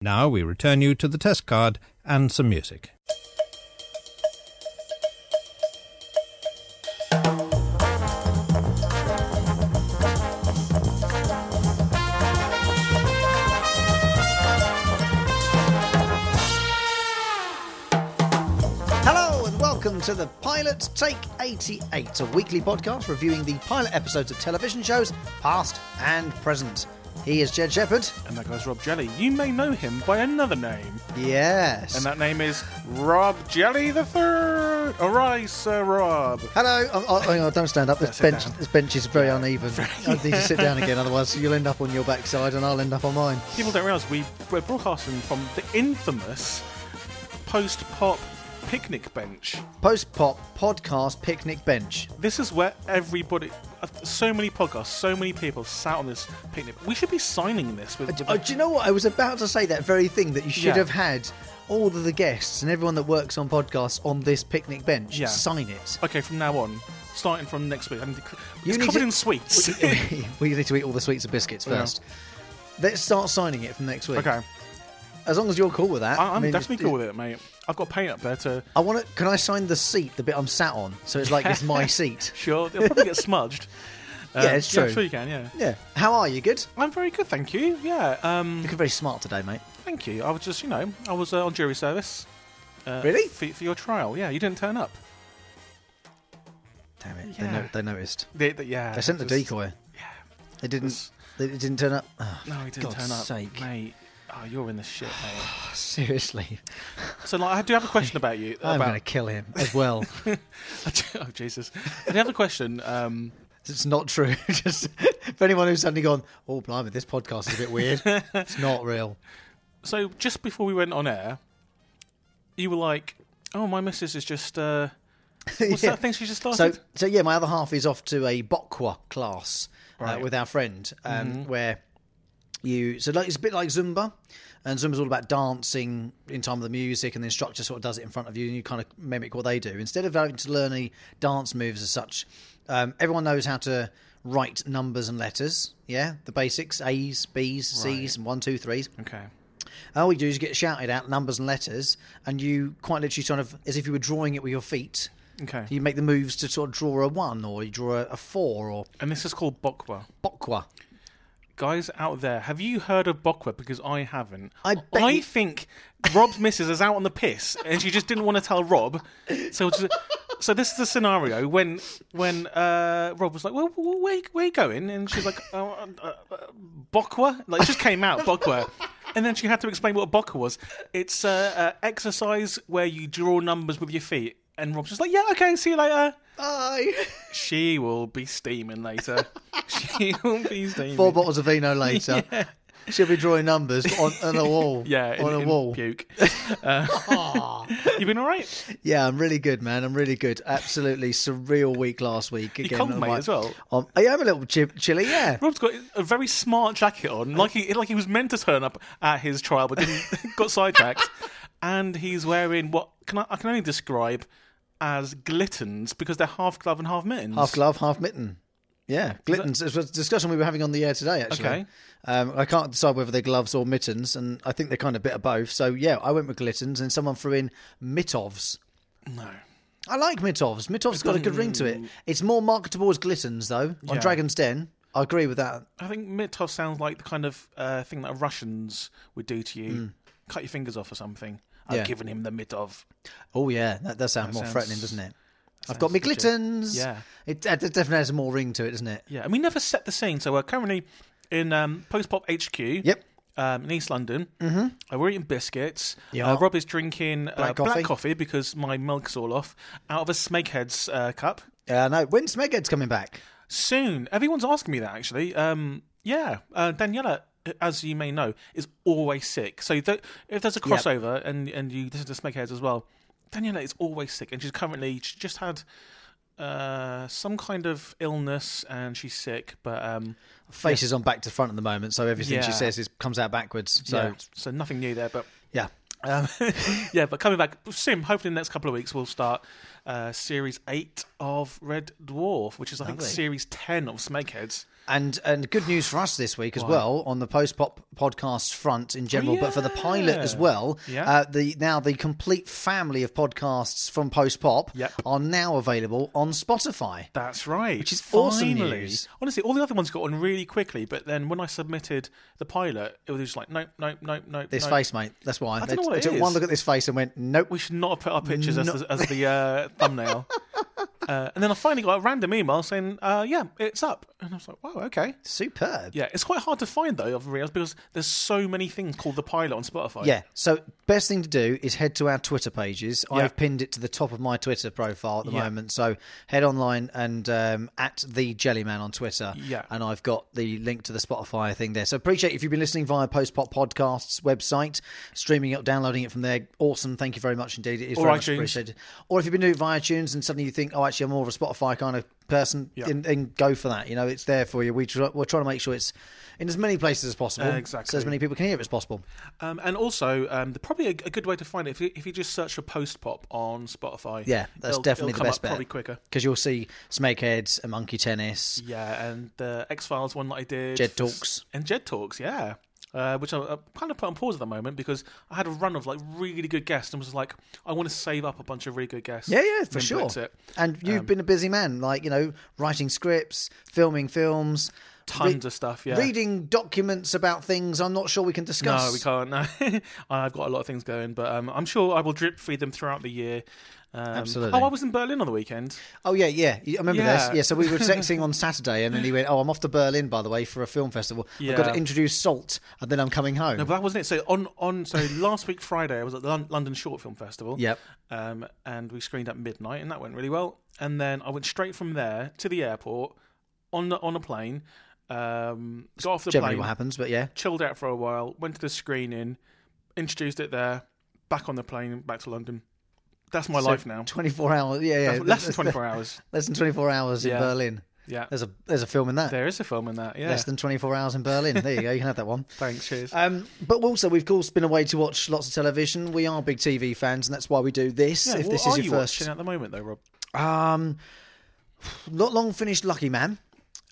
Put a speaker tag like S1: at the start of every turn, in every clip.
S1: Now we return you to the test card and some music.
S2: Hello and welcome to the Pilot Take 88, a weekly podcast reviewing the pilot episodes of television shows, past and present. He is Jed Shepherd.
S3: And that guy's Rob Jelly. You may know him by another name,
S2: Yes.
S3: and that name is Rob Jelly the Third. Arise, Sir Rob.
S2: Hello. Oh, oh, hang on, don't stand up. This
S3: Don't sit
S2: bench,
S3: down.
S2: this bench is very uneven. I need to sit down again, otherwise you'll end up on your backside and I'll end up on mine.
S3: People don't realise we we're broadcasting from the infamous post-pop picnic bench.
S2: Post pop podcast picnic bench.
S3: This is where everybody, uh, so many podcasts, so many people sat on this picnic. We should be signing this with. with
S2: Oh, do you know what? I was about to say that very thing that you should
S3: Yeah.
S2: have had all of the guests and everyone that works on podcasts on this picnic bench
S3: Yeah.
S2: sign it.
S3: okay, from now on, starting from next week, I mean,
S2: You
S3: it's
S2: need
S3: covered
S2: to-
S3: in sweets.
S2: we need to eat all the sweets and biscuits
S3: Yeah.
S2: first. Let's start signing it from next week.
S3: okay,
S2: As long as you're cool with that.
S3: I, I'm
S2: mean,
S3: definitely cool with it, mate. I've got paint up there to.
S2: I want to. Can I sign the seat, the bit I'm sat on? So it's like it's my seat.
S3: Sure, they'll probably get smudged. Uh,
S2: Yeah, it's true.
S3: sure you can. Yeah,
S2: Yeah. How are you? Good.
S3: I'm very good, thank you. Yeah, um,
S2: Looking very smart today, mate.
S3: thank you. I was just, you know, I was uh, on jury service. Uh,
S2: Really?
S3: For, for your trial? Yeah, you didn't turn up.
S2: Damn it. They,
S3: Yeah.
S2: no- they noticed.
S3: They, they- yeah,
S2: They sent the
S3: just-
S2: decoy.
S3: Yeah,
S2: They didn't.
S3: It's-
S2: They didn't turn up. Oh,
S3: no, he didn't
S2: God's
S3: turn up,
S2: sake.
S3: mate. Oh, you're in the shit, mate.
S2: seriously,
S3: So, like, I do have a question about you.
S2: I'm
S3: about...
S2: going to kill him as well.
S3: oh, Jesus. I do have a question. Um,
S2: it's not true. Just for anyone who's suddenly gone, oh blimey, this podcast is a bit weird. it's not real.
S3: so, just before we went on air, you were like, "Oh, my missus is just uh, what's
S2: Yeah.
S3: that thing she just
S2: So,
S3: started?"
S2: so yeah, my other half is off to a Bokwa class uh,
S3: Right. Mm-hmm.
S2: with our friend, um, where you so like it's a bit like Zumba, and Zumba's all about dancing in time with the music, and the instructor sort of does it in front of you, and you kind of mimic what they do instead of having to learn any dance moves as such. Um, everyone knows how to write numbers and letters, yeah, the basics: A's, B's, C's,
S3: Right.
S2: and one, two, threes.
S3: okay.
S2: And all we do is get shouted out numbers and letters, and you quite literally sort of as if you were drawing it with your feet.
S3: Okay.
S2: You make the moves to sort of draw a one, or you draw a, a four, or
S3: And this is called Bokwa.
S2: bokwa.
S3: Guys out there, have you heard of Bokwa? Because I haven't.
S2: I bet you-
S3: think Rob's missus is out on the piss, and she just didn't want to tell Rob. So, just, so this is the scenario when when uh, Rob was like, "Well, wh- wh- where where you going?" And she's like, oh, uh, uh, uh, "Bokwa." Like it just came out Bokwa, and then she had to explain what Bokwa was. It's uh, uh, exercise where you draw numbers with your feet. And Rob's just like, "Yeah, okay, see you later."
S2: Aye.
S3: She will be steaming later. she will be steaming.
S2: Four bottles of vino later. She'll be drawing numbers on, on a wall.
S3: Yeah, in,
S2: on a
S3: in
S2: wall.
S3: Puke. Uh, you been all right?
S2: Yeah, I'm really good, man. I'm really good. Absolutely surreal week last week. Again,
S3: cold,
S2: on
S3: mate,
S2: my-
S3: as well.
S2: on- I am a little chip, chilly, yeah.
S3: Rob's got a very smart jacket on, like he like he was meant to turn up at his trial, but didn't got sidetracked. And he's wearing what can I, I can only describe as glittens because they're half glove and half mittens.
S2: Half glove, half mitten. Yeah, glittens. It was a discussion we were having on the air today, actually.
S3: Okay.
S2: Um, I can't decide whether they're gloves or mittens, and I think they're kind of a bit of both. So, yeah, I went with glittens, and someone threw in mitovs.
S3: No.
S2: I like Mitovs. Mitov's got a good ring to it. It's more marketable as glittens, though, on
S3: Yeah.
S2: Dragon's Den. I agree with that.
S3: I think mitov sounds like the kind of uh, thing that Russians would do to you. Cut your fingers off or something.
S2: Hmm. Yeah.
S3: I've given him the mitov.
S2: Oh, yeah, that does sound more
S3: sounds-
S2: threatening, doesn't it? I've got me
S3: legit.
S2: glittens.
S3: Yeah.
S2: It, that definitely has more ring to it, doesn't it?
S3: Yeah, and we never set the scene. So we're currently in um, Post Pop HQ.
S2: Yep.
S3: Um, in East London. Mm-hmm. Uh, we're eating biscuits.
S2: Yeah.
S3: Uh, Rob is drinking black, uh,
S2: coffee.
S3: black coffee because my milk's all off out of a Smeghead's uh, cup.
S2: Yeah, I know. When's Smeghead's coming back?
S3: Soon. Everyone's asking me that, actually. Um, yeah. Uh, Daniela, as you may know, is always sick. So th- if there's a crossover and, and you listen to Smeghead's as well, Daniela is always sick. And she's currently, she just had uh, some kind of illness and she's sick. But. Um,
S2: Face is on back to front at the moment, so everything she
S3: Yeah.
S2: says is, comes out backwards. So,
S3: yeah,
S2: yeah.
S3: so nothing new there, but um, yeah, but coming back soon. Hopefully, in the next couple of weeks, we'll start uh, series eight of Red Dwarf, which is I think
S2: Lovely.
S3: series ten of Smegheads.
S2: And and good news for us this week as well on the post pop podcast front in general, but for the pilot as
S3: yeah.
S2: well.
S3: Yeah.
S2: Uh, the now the complete family of podcasts from post pop
S3: Yep.
S2: are now available on Spotify.
S3: That's right. Which
S2: is awesome news.
S3: Honestly, all the other ones got on really quickly, but then when I submitted the pilot, it was just like, nope, nope, nope, nope.
S2: This
S3: nope.
S2: face, mate. That's why I
S3: don't know what it
S2: took
S3: is.
S2: one look at this face and went, nope.
S3: We should not have put our pictures as the, as the uh, thumbnail. Uh, and then I finally got a random email saying, uh, yeah, it's up. And I was like, wow, okay.
S2: Superb.
S3: Yeah, it's quite hard to find though, I've realised, because there's so many things called the pilot on Spotify.
S2: Yeah. So best thing to do is head to our Twitter pages.
S3: Yeah.
S2: I've pinned it to the top of my Twitter profile at the
S3: Yeah.
S2: moment. So head online and um, at the Jellyman on Twitter.
S3: Yeah.
S2: And I've got the link to the Spotify thing there. So appreciate if you've been listening via Post Pop Podcasts website, streaming it, downloading it from there. Awesome. Thank you very much indeed. It is
S3: Or
S2: very much
S3: iTunes.
S2: appreciated. Or if you've been doing it via iTunes and suddenly you think, oh, actually, I'm more of a Spotify kind of person,
S3: Yeah.
S2: then, then go for that. You know, it's there for you. We try, we're trying to make sure it's in as many places as possible. So
S3: exactly.
S2: as many people can hear it as possible.
S3: Um, and also, um, the, probably a, a good way to find it if you, if you just search for Post Pop on Spotify.
S2: Yeah, that's
S3: it'll-
S2: definitely
S3: it'll
S2: the
S3: come
S2: best
S3: up
S2: bet.
S3: Probably quicker.
S2: because you'll see Snakeheads and Monkey Tennis.
S3: Yeah, and the X Files one that I did.
S2: Jed
S3: for s-
S2: Talks.
S3: And Jed Talks, yeah. Uh, which I, I kind of put on pause at the moment because I had a run of like really good guests and was like, I want to save up a bunch of really good guests.
S2: Yeah, yeah,
S3: and
S2: for
S3: then
S2: sure.
S3: blitz it. Um,
S2: And you've been a busy man, like you know, writing scripts, filming films,
S3: Tons of stuff, yeah.
S2: reading documents about things. I'm not sure we can discuss.
S3: No, we can't. No. I've got a lot of things going, but um, I'm sure I will drip feed them throughout the year. Um,
S2: Absolutely.
S3: Oh, I was in Berlin on the weekend.
S2: Oh yeah, yeah, I remember
S3: Yeah.
S2: this. Yeah, so we were texting on Saturday, and then he went, "Oh, I'm off to Berlin, by the way, for a film festival. I've got
S3: Yeah.
S2: to introduce Salt, and then I'm coming home."
S3: No, but that wasn't it. So on on so last week Friday, I was at the Lon- London Short Film Festival.
S2: Yep.
S3: Um, and we screened at midnight, and that went really well. And then I went straight from there to the airport on the, on a plane. Um, got off the
S2: Generally,
S3: plane,
S2: what happens, but yeah,
S3: chilled out for a while, went to the screening, introduced it there, back on the plane, back to London. That's my life now.
S2: 24 hours. Yeah, yeah,
S3: That's less than twenty four hours.
S2: Less than 24 hours in
S3: Yeah.
S2: Berlin.
S3: Yeah.
S2: There's a there's a film in that.
S3: There is a film in that. Yeah.
S2: Less than 24 hours in Berlin. There you go. You can have that one.
S3: Thanks. Cheers.
S2: Um, but also, we've of course been away to watch lots of television. We are big TV fans, and that's why we do this.
S3: Yeah,
S2: if
S3: what
S2: this
S3: are
S2: is
S3: you
S2: your first,
S3: watching at the moment, though, Rob?
S2: um, not long finished Lucky Man,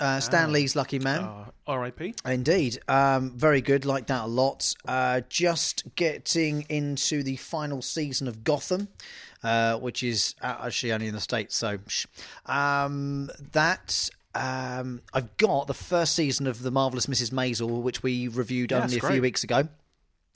S3: Ah.
S2: uh, Stan Lee's Lucky Man.
S3: Uh, R.I.P.
S2: Indeed, um, very good. Like that a lot. Uh, just getting into the final season of Gotham, uh, which is uh, actually only in the states. So shh. um, that um, I've got the first season of the marvelous Mrs. Maisel, which we reviewed
S3: that's
S2: only a few
S3: great.
S2: weeks ago.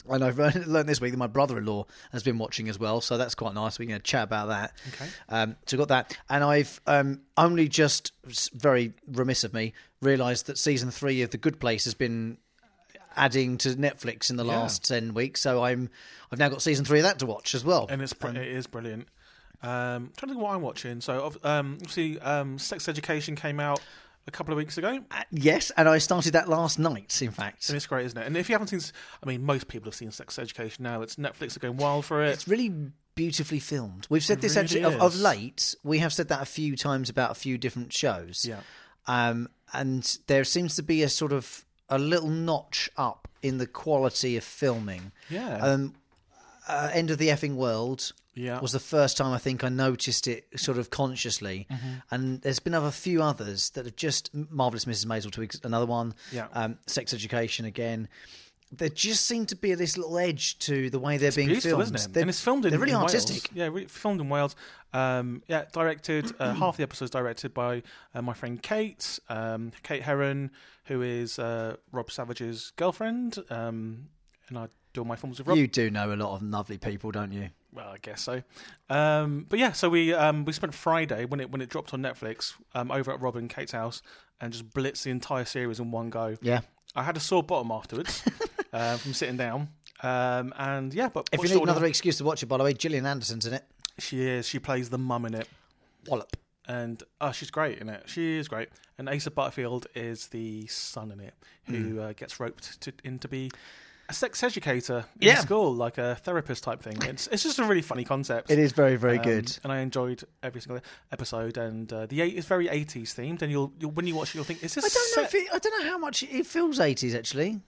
S2: And I've learned this week that my brother-in-law has been watching as well, so that's quite nice. We can chat about that. Okay. Um, so got that, and I've um, only just s- very remiss of me realised that season three of The Good Place has been adding to Netflix in the last ten weeks. So I'm I've now got season three of that to watch as well.
S3: and it's br- it is brilliant. Um, trying to think what I'm watching. So of- um, obviously, um, Sex Education came out a couple of weeks ago, and
S2: Uh, yes, and I started that last night. In fact,
S3: it's great, isn't it? And if you haven't seen, s- I mean, most people have seen Sex Education now. It's Netflix are going wild for it.
S2: It's really beautifully filmed. We've said this
S3: really
S2: actually of, of
S3: is.
S2: late. We have said that a few times about a few different shows.
S3: Yeah.
S2: Um, and there seems to be a sort of a little notch up in the quality of filming.
S3: Yeah.
S2: Um, uh, End of the effing world.
S3: Yeah.
S2: Was the first time I think I noticed it sort of consciously,
S3: Mm-hmm.
S2: and there's been other few others that have just marvelous Mrs Maisel to ex- another one.
S3: Yeah.
S2: Um, Sex Education again. There just seemed to be this little edge to the way they're being
S3: Beautiful,
S2: filmed.
S3: isn't it?
S2: They're,
S3: and it's filmed in
S2: they're really
S3: in
S2: artistic.
S3: Wales. Yeah, re- filmed in Wales. Um, yeah, directed uh, half the episodes directed by uh, my friend Kate, um, Kate Heron, who is uh, Rob Savage's girlfriend, um, and I do all my films with Rob.
S2: You do know a lot of lovely people, don't you?
S3: Well, I guess so. Um, but yeah, so we um, we spent Friday when it when it dropped on Netflix um, over at Robin Kate's house and just blitzed the entire series in one go.
S2: Yeah.
S3: I had a sore bottom afterwards uh, from sitting down. Um, and yeah, but
S2: If
S3: watched
S2: you
S3: it
S2: need
S3: all
S2: another
S3: now.
S2: excuse to watch it, by the way, Gillian Anderson's in it.
S3: she is she plays the mum in it,
S2: Wallop.
S3: and oh, she's great in it. She is great.
S2: Hmm.
S3: And Asa Butterfield is the son in it who uh, gets roped to, in to be a a sex educator in
S2: Yeah.
S3: school, like a therapist type thing. It's it's just a really funny concept.
S2: It is very, very
S3: Um,
S2: good.
S3: and I enjoyed every single episode. And uh, the eight is very eighties themed, and you'll, you'll when you watch it, you'll think, "Is this?"
S2: I don't know.
S3: set- Uh,
S2: If it, I don't know how much it feels eighties actually.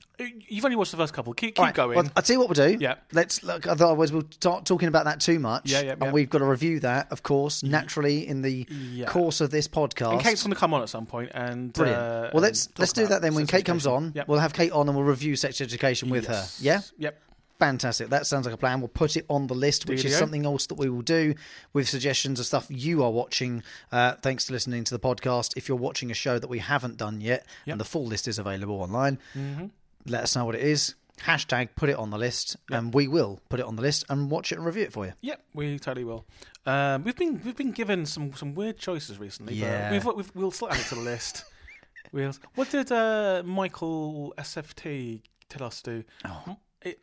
S3: You've only watched the first couple. Keep keep
S2: All right,
S3: going.
S2: Well, I'll tell you what we'll do.
S3: Yeah.
S2: Let's look. Otherwise, we'll start talking about that too much.
S3: Yeah, yeah,
S2: And
S3: yeah.
S2: we've got to review that, of course, naturally in the course of this podcast.
S3: and Kate's going to come on at some point, and
S2: Brilliant.
S3: uh, and
S2: well, let's
S3: talk
S2: let's do
S3: about
S2: that then. When
S3: sex
S2: Kate comes
S3: education.
S2: on,
S3: Yep.
S2: we'll have Kate on and we'll review sex education with
S3: Yes.
S2: her. Yeah.
S3: Yep.
S2: Fantastic. That sounds like a plan. We'll put it on the list, which is
S3: Dealio.
S2: something else that we will do with suggestions of stuff you are watching. Uh, thanks to listening to the podcast. If you're watching a show that we haven't done yet, and the full list is available online,
S3: Mm-hmm.
S2: let us know what it is. Hashtag put it on the list, and we will put it on the list and watch it and review it for you.
S3: Yep, we totally will. Um, we've been we've been given some, some weird choices recently.
S2: Yeah.
S3: but we've, we've, we'll still add it to the list. We'll, what did uh, Michael SFT tell us to do? It,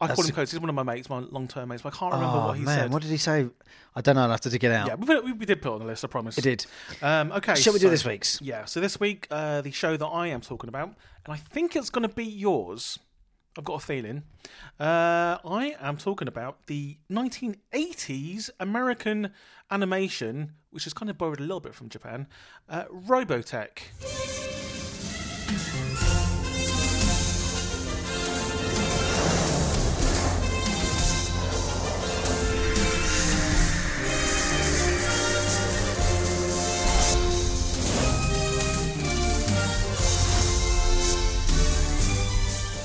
S3: I
S2: Oh. That's
S3: call
S2: a-
S3: him coach. He's one of my mates, my long term mates. But I can't remember
S2: oh,
S3: what he
S2: man.
S3: said.
S2: What did he say? I don't know. I'll have to dig it out.
S3: yeah, we, put it- we, we did put it on the list. I promise.
S2: It did.
S3: Um, okay,
S2: Shall we do
S3: so-
S2: this week's?
S3: Yeah. So this week, uh, the show that I am talking about, and I think it's going to be yours. I've got a feeling. Uh, I am talking about the 1980s American animation, which is kind of borrowed a little bit from Japan, uh, Robotech.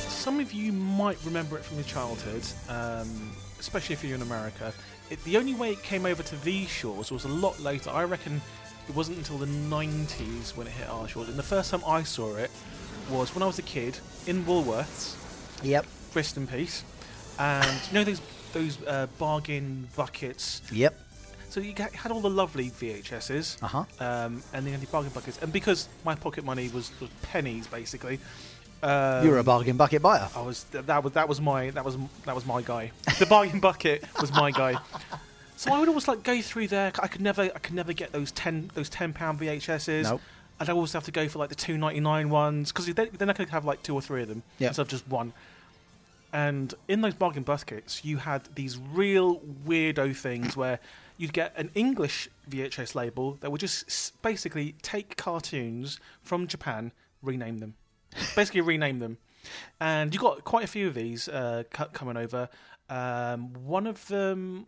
S3: Some of you might remember it from your childhood, um, especially if you're in America. It, the only way it came over to these shores was a lot later. I reckon it wasn't until the 90s when it hit our shores. And the first time I saw it was when I was a kid in Woolworths.
S2: Yep.
S3: rest in peace. And you know those those uh, bargain buckets.
S2: Yep.
S3: So you got- had all the lovely VHSs,
S2: Uh-huh.
S3: um, and then you had the bargain buckets. And because my pocket money was, was pennies, basically, um, oh.
S2: You're a bargain bucket buyer.
S3: I was th- that was that was my that was that was my guy. The bargain bucket was my guy. So I would always like go through there. I could never I could never get those ten those ten pound VHSs.
S2: Nope.
S3: I'd always have to go for like the two ninety nine ones because then, then I could have like two or three of them
S2: Yeah.
S3: instead of just one. And in those bargain buckets, you had these real weirdo things where you'd get an English VHS label that would just s- basically take cartoons from Japan, rename them, basically rename them. And you got quite a few of these uh, cu- coming over. Um, one of them,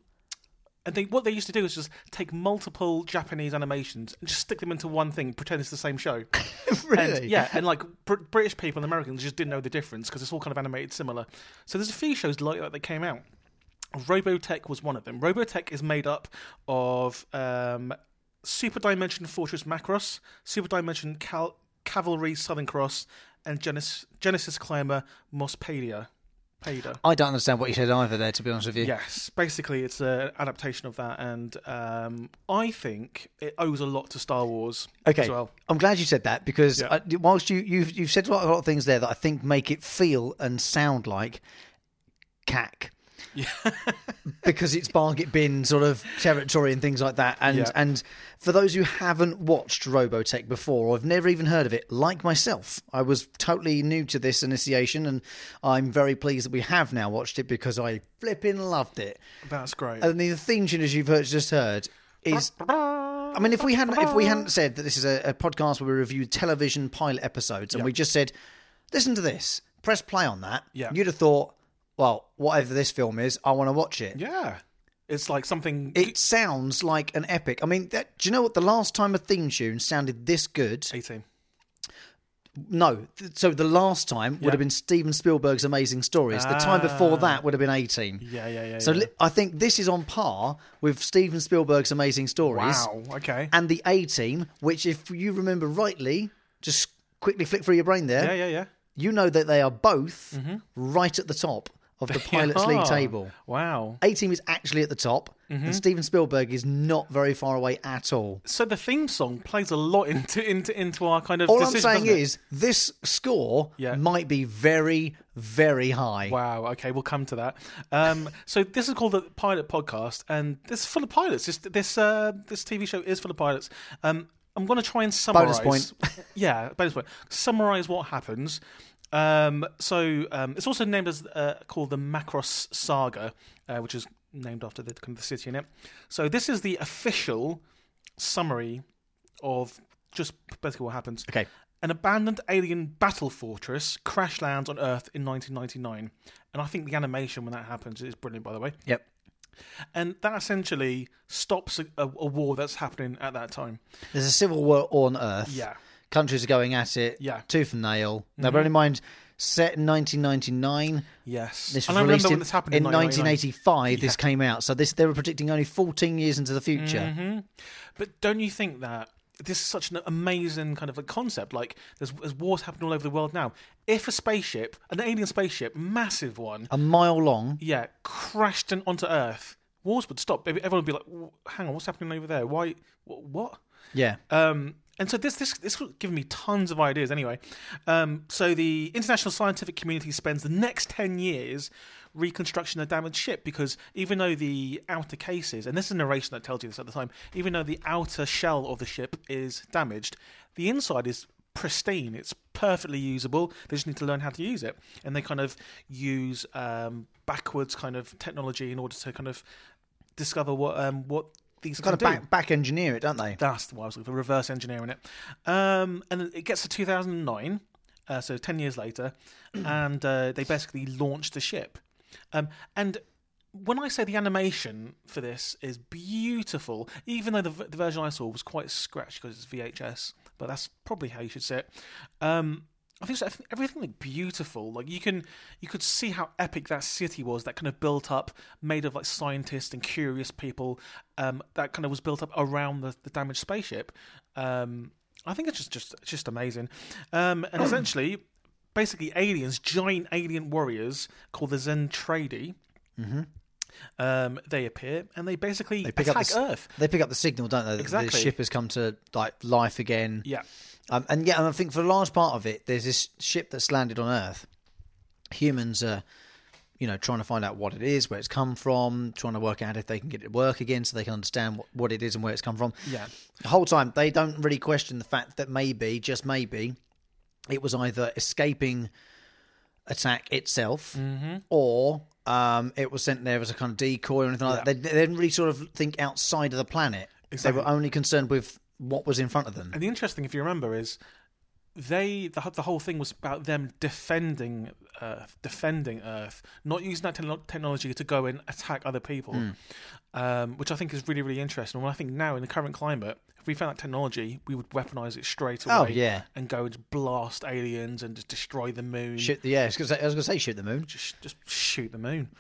S3: and they what they used to do is just take multiple Japanese animations and just stick them into one thing, pretend it's the same show.
S2: really?
S3: And, yeah, and like Br- British people and Americans just didn't know the difference because it's all kind of animated similar. So there's a few shows like that that came out. Robotech was one of them. Robotech is made up of um, Super Dimension Fortress Macross, Super Dimension Cal- Cavalry Southern Cross, and Genesis, Genesis Climber Mospedia. Pader.
S2: I don't understand what you said either there, to be honest with you.
S3: Yes, basically, it's an adaptation of that, and um, I think it owes a lot to Star Wars
S2: Okay.
S3: as well.
S2: I'm glad you said that because
S3: Yeah.
S2: I, whilst you you've you've said a lot, a lot of things there that I think make it feel and sound like cack. because it's bargain bin sort of territory and things like that, and
S3: Yeah.
S2: and for those who haven't watched Robotech before or have never even heard of it, like myself, I was totally new to this initiation, and I'm very pleased that we have now watched it because I flipping loved it.
S3: That's great.
S2: And the theme tune, as you've heard, just heard, is I mean, if we hadn't if we hadn't said that this is a, a podcast where we review television pilot episodes, and we just said, "Listen to this, press play on that,"
S3: Yeah.
S2: you'd have thought, "Well, whatever this film is, I want to watch it."
S3: yeah, it's like something.
S2: It sounds like an epic. I mean, that, do you know what? The last time a theme tune sounded this good,
S3: Eighteen.
S2: no. th- So the last time would have been Steven Spielberg's Amazing Stories. The time before that would have been 18.
S3: Yeah, yeah, yeah.
S2: So
S3: yeah.
S2: li- I think this is on par with Steven Spielberg's Amazing Stories.
S3: wow. Okay.
S2: and the A Team, which, if you remember rightly, just quickly flick through your brain there,
S3: yeah, Mm-hmm. yeah, yeah.
S2: you know that they are both right at the top of the Pilots League
S3: Ah,
S2: table.
S3: Wow.
S2: A Team is actually at the top,
S3: Mm-hmm.
S2: and Steven Spielberg is not very far away at all.
S3: So the theme song plays a lot into into into our kind of.
S2: All
S3: decision,
S2: I'm saying
S3: doesn't it?
S2: is this score
S3: Yeah.
S2: might be very, very high.
S3: Wow. Okay, we'll come to that. Um, so this is called the Pilot Podcast, and this is full of pilots. This this uh, this TV show is full of pilots. Um, I'm going to try and summarize.
S2: Bonus point.
S3: yeah, bonus point. Summarize what happens. Um, so um, it's also named as uh, called the Macross Saga, uh, which is named after the, the city in it. So this is the official summary of just basically what happens.
S2: Okay.
S3: An abandoned alien battle fortress crash lands on Earth in 1999, and I think the animation when that happens is brilliant. By the way,
S2: Yep.
S3: and that essentially stops a, a, a war that's happening at that time.
S2: There's a civil war on Earth.
S3: Yeah.
S2: Countries are going at it.
S3: Yeah. Mm-hmm.
S2: Tooth and nail. Now, bear in mind, set in 1999.
S3: Yes,
S2: This was
S3: and I remember
S2: released
S3: when
S2: in,
S3: this happened
S2: in
S3: in 1989.
S2: 1985. This came out, so this they were predicting only 14 years into the future.
S3: Mm-hmm. But don't you think that this is such an amazing kind of like concept? Like, there's, there's wars happening all over the world now. If a spaceship, an alien spaceship, massive one,
S2: A mile long.
S3: yeah, crashed in, onto Earth, wars would stop. Ev- Everyone would be like, "W- "Hang on, what's happening over there? Why? wh- What?"
S2: Yeah.
S3: Um, and so this this this was giving me tons of ideas. Anyway, um, so the international scientific community spends the next ten years reconstructing the damaged ship because even though the outer cases, and this is a narration that tells you this at the time, even though the outer shell of the ship is damaged, the inside is pristine. It's perfectly usable. They just need to learn how to use it, and they kind of use um, backwards kind of technology in order to kind of discover what um, what these
S2: Kind
S3: kind
S2: of back, back engineer it, don't they?
S3: that's the one I was looking for, reverse engineering it. Um, and then it gets to 2009, uh, so 10 years later, and uh, they basically launch the ship. Um, and when I say the animation for this is beautiful, even though the, v- the version I saw was quite scratched because it's VHS, but that's probably how you should say it. Um, I think so- I think everything looked beautiful. Like you can, you could see how epic that city was. That kind of built up, made of like scientists and curious people. Um, that kind of was built up around the, the damaged spaceship. Um, I think it's just just just amazing. Um, and essentially, basically, aliens, giant alien warriors called the Zentradi. Um, they appear and they basically
S2: Mm-hmm. They pick up
S3: attack
S2: the s-
S3: Earth.
S2: They pick up the signal, don't they? that The
S3: Exactly.
S2: ship has come to like life again.
S3: Yeah,
S2: Um, and yeah, and I think for a large part of it, there's this ship that's landed on Earth. Humans are, you know, trying to find out what it is, where it's come from, trying to work out if they can get it to work again, so they can understand what, what it is and where it's come from.
S3: Yeah.
S2: The whole time, they don't really question the fact that maybe, just maybe, it was either escaping attack itself
S3: Mm-hmm.
S2: or. Um, it was sent there as a kind of decoy or anything like that. They, they didn't really sort of think outside of the planet. They were only concerned with what was in front of them.
S3: And the interesting, if you remember, is they the, wh- the whole thing was about them defending Earth, defending Earth, not using that techno- technology to go and attack other people,
S2: Hmm.
S3: um, which I think is really really interesting. And I think now in the current climate, if we found that technology, we would weaponize it straight away.
S2: Oh, yeah.
S3: and go and blast aliens and just destroy the moon.
S2: Shoot the yeah, I was gonna say, I was gonna say shoot the moon.
S3: Just, just shoot the moon.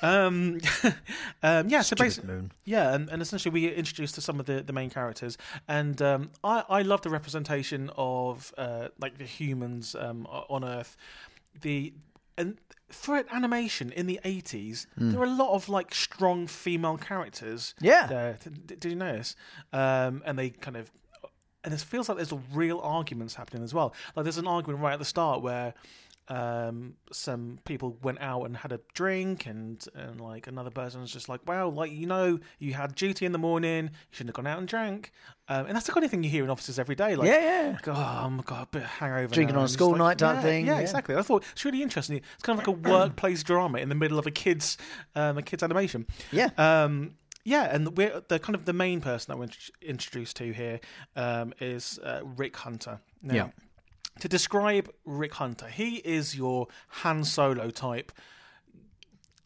S3: Um, um, yeah, so basically,
S2: moon.
S3: yeah, and, and essentially we get introduced to some of the, the main characters, and um, I I love the representation of uh, like the humans um, o- on Earth, the and throughout animation in the eighties there were a lot of like strong female characters.
S2: Yeah.
S3: there. D- d- did you notice? Um, and they kind of and it feels like there's real arguments happening as well. Like there's an argument right at the start where um, some people went out and had a drink, and and like another person was just like, "Wow, like you know, you had duty in the morning, you shouldn't have gone out and drank." Um, and that's the kind of thing you hear in offices every day. Like,
S2: Yeah, yeah.
S3: like, oh my god, a bit of hangover.
S2: Drinking
S3: now,"
S2: on a
S3: and it's
S2: school
S3: like,
S2: night type
S3: yeah,
S2: thing,
S3: Yeah,
S2: yeah.
S3: exactly. I thought it's really interesting. It's kind of like a workplace drama in the middle of a kids, um, a kids animation.
S2: Yeah.
S3: Um, yeah, and we're the kind of the main person that we're int- introduced to here um, is uh, Rick Hunter. Now,
S2: Yeah.
S3: To describe Rick Hunter, he is your Han Solo type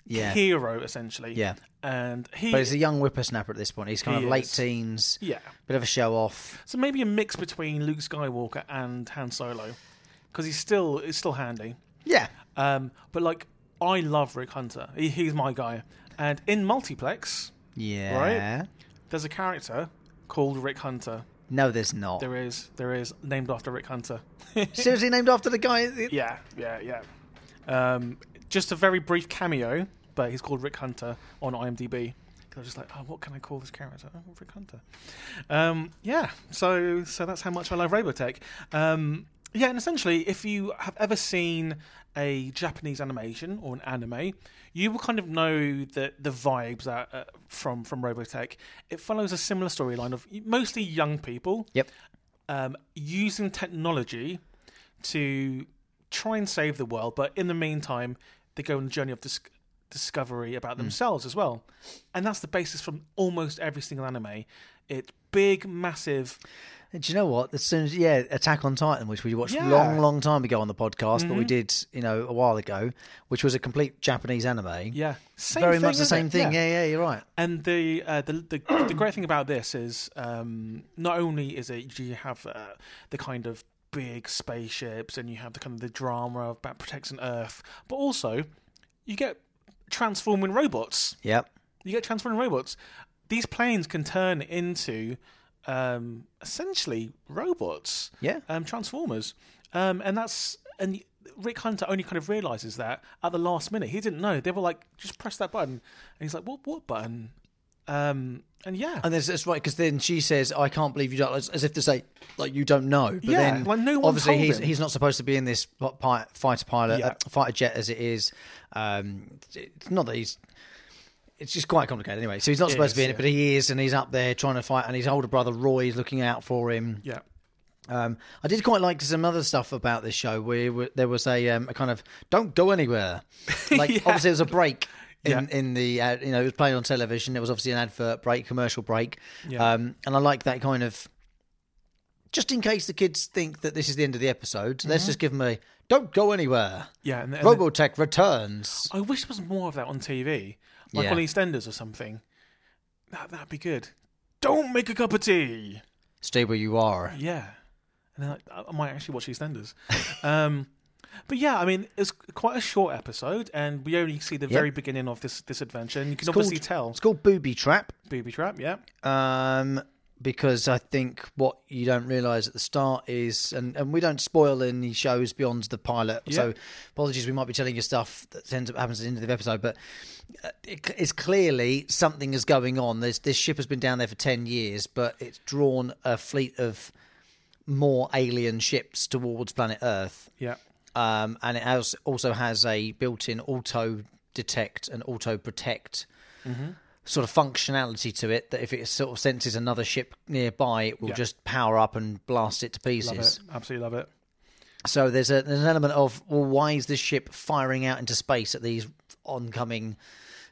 S2: yeah.
S3: hero, essentially.
S2: Yeah.
S3: and he,
S2: but he's a young whippersnapper at this point. He's kind
S3: He
S2: of late
S3: is.
S2: teens,
S3: yeah.
S2: bit of a show off.
S3: So maybe a mix between Luke Skywalker and Han Solo, because he's still he's still handy.
S2: Yeah.
S3: Um, but like, I love Rick Hunter. He, he's my guy. And in Multiplex,
S2: Yeah.
S3: there's a character called Rick Hunter.
S2: No, there's not.
S3: There is, there is, named after Rick Hunter.
S2: Seriously named after the guy.
S3: yeah, yeah, yeah. Um, just a very brief cameo, but he's called Rick Hunter on IMDb. 'Cause I was just like, oh, what can I call this character? Oh, Rick Hunter. Um, yeah, so so that's how much I love Robotech. Um, yeah, and essentially, if you have ever seen a Japanese animation or an anime, you will kind of know the the vibes that, uh, from from Robotech. It follows a similar storyline of mostly young people
S2: Yep.
S3: um, using technology to try and save the world, but in the meantime, they go on a journey of dis- discovery
S2: Mm.
S3: about themselves as well. And that's the basis from almost every single anime. It's big, massive.
S2: Do you know what? As soon as yeah, Attack on Titan, which we watched
S3: Yeah. Mm-hmm.
S2: long, long time ago on the podcast, but we did you know a while ago, which was a complete Japanese anime.
S3: Yeah, same
S2: very
S3: thing,
S2: much the
S3: isn't
S2: same
S3: it?
S2: thing.
S3: Yeah.
S2: Yeah. yeah, you're right.
S3: And the, uh, the the the great thing about this is um, not only is it you have uh, the kind of big spaceships and you have the kind of the drama about protecting Earth, but also you get transforming robots.
S2: Yep.
S3: You get transforming robots. These planes can turn into um, essentially robots
S2: Yeah.
S3: um, Transformers, um, and that's and Rick Hunter only kind of realizes that at the last minute. He didn't know. They were like, just press that button, and he's like, what what button? Um, and yeah,
S2: And that's, that's right because then she says, "I can't believe you don't," as, as if to say, "Like you don't know." But
S3: Yeah,
S2: then,
S3: like, no one
S2: obviously,
S3: told
S2: he's
S3: him.
S2: he's not supposed to be in this pi- pi- fighter pilot,
S3: Yeah.
S2: uh, fighter jet as it is. Um, it's not that he's. It's just quite complicated anyway. So he's not supposed to be
S3: is,
S2: in it, but he is, and he's up there trying to fight, and his older brother Roy is looking out for him.
S3: yeah,
S2: Um, I did quite like some other stuff about this show where where there was a, um, a kind of don't go anywhere. Like obviously there was a break in, in the uh, you know it was playing on television. It was obviously an advert break, commercial break,
S3: Yeah.
S2: um, and I like that kind of. Just in case the kids think that this is the end of the episode, let's just give them a don't go anywhere.
S3: yeah. Mm-hmm. And, and
S2: Robotech returns.
S3: I wish there was more of that on TV, like
S2: Yeah.
S3: on EastEnders or something. That that'd be good. Don't make a cup of tea.
S2: Stay where you are.
S3: Yeah, and then like, I I might actually watch EastEnders. um, but yeah, I mean, it's quite a short episode, and we only see the very beginning of this this adventure. And you can obviously tell
S2: It's called Booby Trap.
S3: booby trap. Yeah,
S2: um, because I think what you don't realise at the start is, and, and we don't spoil any shows beyond the pilot. So apologies, we might be telling you stuff that ends up happens at the end of the episode, but uh, it, it's clearly something is going on. This this ship has been down there for ten years, but it's drawn a fleet of more alien ships towards planet Earth,
S3: yeah.
S2: um, and it has, also has a built-in auto detect and auto protect
S3: Mm-hmm.
S2: sort of functionality to it that if it sort of senses another ship nearby, it will
S3: Yeah.
S2: just power up and blast it to
S3: Love
S2: pieces.
S3: it. Absolutely love it.
S2: So there's, a, there's an element of well, why is this ship firing out into space at these oncoming,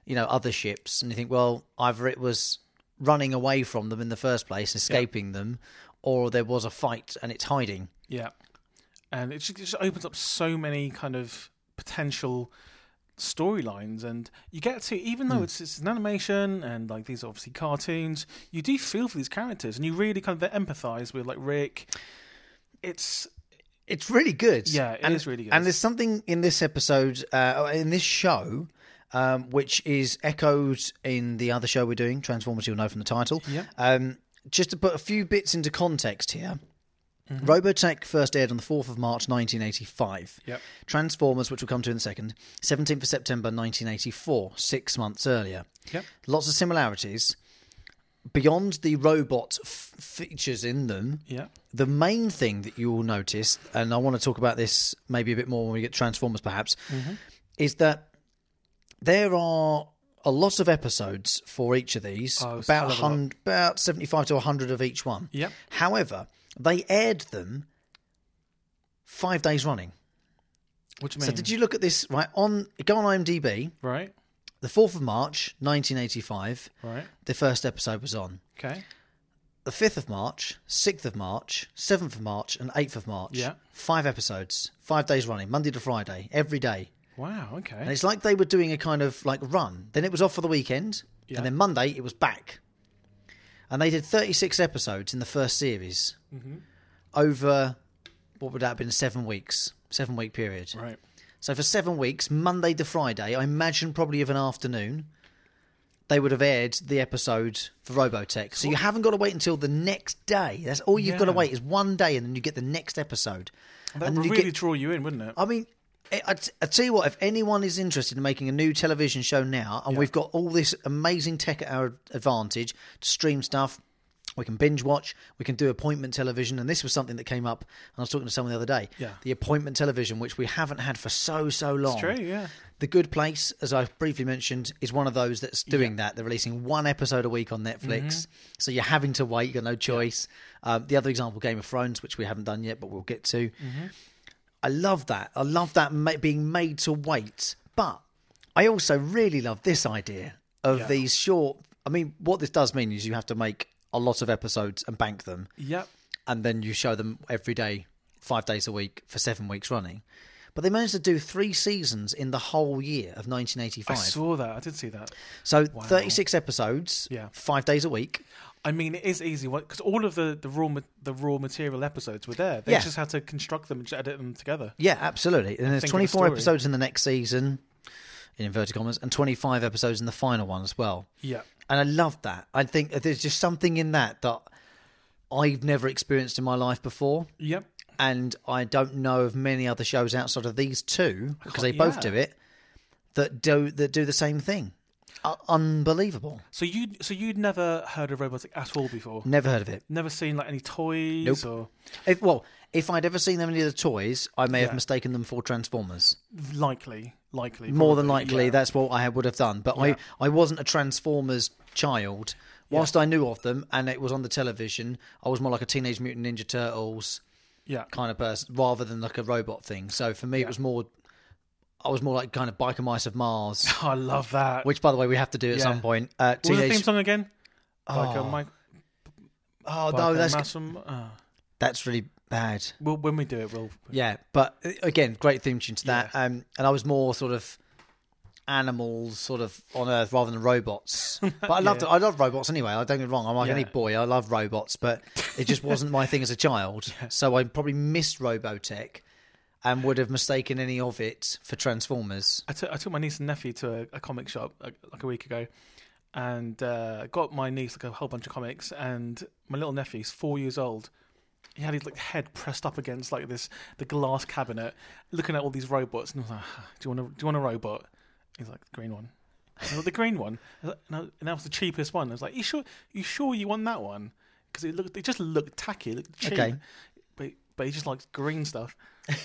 S2: you know, other ships? And you think, well, either it was running away from them in the first place, escaping them, or there was a fight and it's hiding.
S3: Yeah. And it just, it just opens up so many kind of potential storylines and you get to even
S2: Hmm.
S3: though it's, it's an animation and like these are obviously cartoons you do feel for these characters and you really kind of empathize with like rick it's
S2: It's really good.
S3: Yeah, it
S2: and,
S3: is really good.
S2: And there's something in this episode, uh, in this show, um, which is echoed in the other show we're doing, Transformers. You'll know from the title.
S3: Yeah.
S2: Um, just to put a few bits into context here.
S3: Mm-hmm.
S2: Robotech first aired on the 4th of March 1985.
S3: Yep.
S2: Transformers, which we'll come to in a second, 17th of September 1984, six months earlier.
S3: Yep.
S2: Lots of similarities. Beyond the robot f- features in them,
S3: yeah
S2: the main thing that you will notice, and I want to talk about this maybe a bit more when we get Transformers perhaps,
S3: Mm-hmm.
S2: is that there are a lot of episodes for each of these,
S3: Oh, it's a
S2: about,
S3: hell of a lot.
S2: hun- about 75 to 100 of each one.
S3: Yep.
S2: However, they aired them five days running.
S3: what do you
S2: So
S3: mean
S2: did you look at this, right, on, go on IMDb,
S3: right
S2: the 4th of March, 1985,
S3: right
S2: the first episode was on.
S3: okay
S2: the 5th of March, 6th of March, 7th of March, and 8th of March.
S3: Yeah.
S2: Five episodes, five days running, Monday to Friday, every day.
S3: wow
S2: And
S3: okay
S2: it's like they were doing a kind of like run. Then it was off for the weekend,
S3: Yeah.
S2: and then Monday it was back. And they did 36 episodes in the first series
S3: Mm-hmm.
S2: over what would that have been seven weeks, seven week period.
S3: right
S2: So for seven weeks, Monday to Friday, I imagine probably of an afternoon, they would have aired the episode for Robotech. So you haven't got to wait until the next day. That's all you've got to
S3: Yeah.
S2: wait is one day, and then you get the next episode.
S3: that
S2: and
S3: would
S2: then you
S3: really
S2: get, Oh.
S3: draw you in wouldn't it
S2: I mean. I- I, t- I tell you what, if anyone is interested in making a new television show now, and we've got all this amazing tech at our advantage to stream stuff, we can binge watch, we can do appointment television, and this was something that came up. And I was talking to someone the other day.
S3: Yeah.
S2: the appointment television, which we haven't had for so so long.
S3: true yeah
S2: The Good Place, as I briefly mentioned, is one of those that's doing that. They're releasing one episode a week on Netflix, so you're having to wait. You've got no choice. Um, the other example, Game of Thrones, which we haven't done yet, but we'll get to. I love that. I love that ma- being made to wait. But I also really love this idea of these short. I mean, what this does mean is you have to make a lot of episodes and bank them,
S3: Yep.
S2: and then you show them every day, five days a week for seven weeks running. But they managed to do three seasons in the whole year of 1985.
S3: I saw that. I did see that.
S2: so 36 episodes,
S3: Yeah.
S2: five days a week.
S3: I mean, it is easy because all of the the raw ma- the raw material episodes were there. They
S2: Yeah.
S3: just had to construct them and just edit them together.
S2: Yeah, absolutely. And there's
S3: think of a
S2: 24
S3: story.
S2: episodes in the next season, in inverted commas, and 25 episodes in the final one as well.
S3: Yeah.
S2: And I love that. I think that there's just something in that that I've never experienced in my life before.
S3: Yep.
S2: And I don't know of many other shows outside of these two, because they both
S3: yeah.
S2: do it, that do, that do the same thing. Uh, unbelievable.
S3: So you so you'd never heard of robotic at all before.
S2: Never heard of it.
S3: Never seen like any toys or
S2: If, well, if I'd ever seen them any of the toys, I may have mistaken them for Transformers.
S3: likely likely
S2: More
S3: probably,
S2: than likely,
S3: yeah.
S2: that's what I would have done. But I, I wasn't a Transformers child. Whilst I knew of them and it was on the television, I was more like a Teenage Mutant Ninja Turtles
S3: yeah
S2: kind of person rather than like a robot thing. So for me, it was more, I was more like kind of Biker Mice of Mars,
S3: I love that.
S2: which by the way, we have to do at
S3: Yeah.
S2: some point. Uh,
S3: what was the theme
S2: teenage,
S3: song again? Like a mic-
S2: oh,
S3: like
S2: no,
S3: a
S2: that's,
S3: mouse and- uh,
S2: that's really bad.
S3: well, when we do it, we'll
S2: Yeah, but uh, again, great theme tune to that. Um, and I was more sort of animals, sort of on Earth rather than robots. But I loved it. I love robots anyway. I don't get me wrong. I'm like
S3: Yeah.
S2: any boy. I love robots, but it just wasn't my thing as a child. So I probably missed Robotech and would have mistaken any of it for Transformers.
S3: I took I took my niece and nephew to a, a comic shop like, like a week ago, and uh, got my niece like a whole bunch of comics, and my little nephew's four years old. He had his like head pressed up against like this the glass cabinet, looking at all these robots, and I was like, "Ah, "Do you want a, do you want a robot?" He's like, "The green one." And I was like, the green one, I was like- and, I, and that was the cheapest one. I was like, "You sure? You sure you want that one?" Because it looked, it just looked tacky, it looked cheap.
S2: Okay.
S3: But but he just likes green stuff.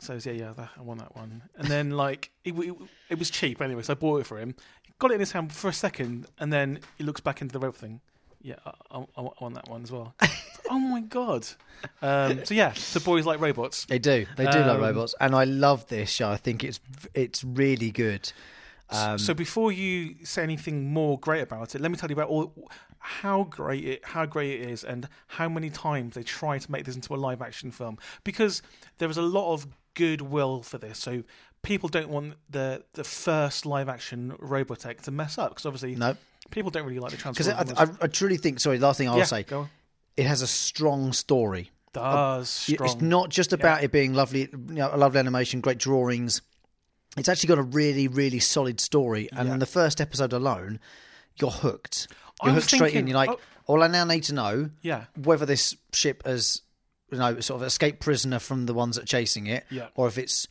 S3: So I was, yeah, yeah, that, I want that one. And then like it, it, it was cheap anyway, so I bought it for him. Got it in his hand for a second, and then he looks back into the rope thing. Yeah, I, I, I want I want that one as well. oh my god! Um, so yeah, so boys like robots.
S2: They do. They do love
S3: Um,
S2: robots, and I love this show. I think it's it's really good. Um,
S3: so before you say anything more great about it, let me tell you about all how great it how great it is and how many times they try to make this into a live action film because there is a lot of goodwill for this. So people don't want the the first live action Robotech to mess up because obviously
S2: No.
S3: people don't really like the
S2: because
S3: Transformers.
S2: I, I, I truly think, sorry, last thing I'll
S3: yeah,
S2: say,
S3: go on.
S2: it has a strong story.
S3: does strong.
S2: It's not just about it being lovely, you know, a lovely animation, great drawings. It's actually got a really, really solid story, and in the first episode alone, you're hooked.
S3: I
S2: You're
S3: was
S2: hooked straight in.
S3: thinking-
S2: You're like,
S3: oh.
S2: all I now need to know,
S3: Yeah.
S2: whether this ship has, you know, sort of escaped prisoner from the ones that are chasing it,
S3: Yeah.
S2: or if it's,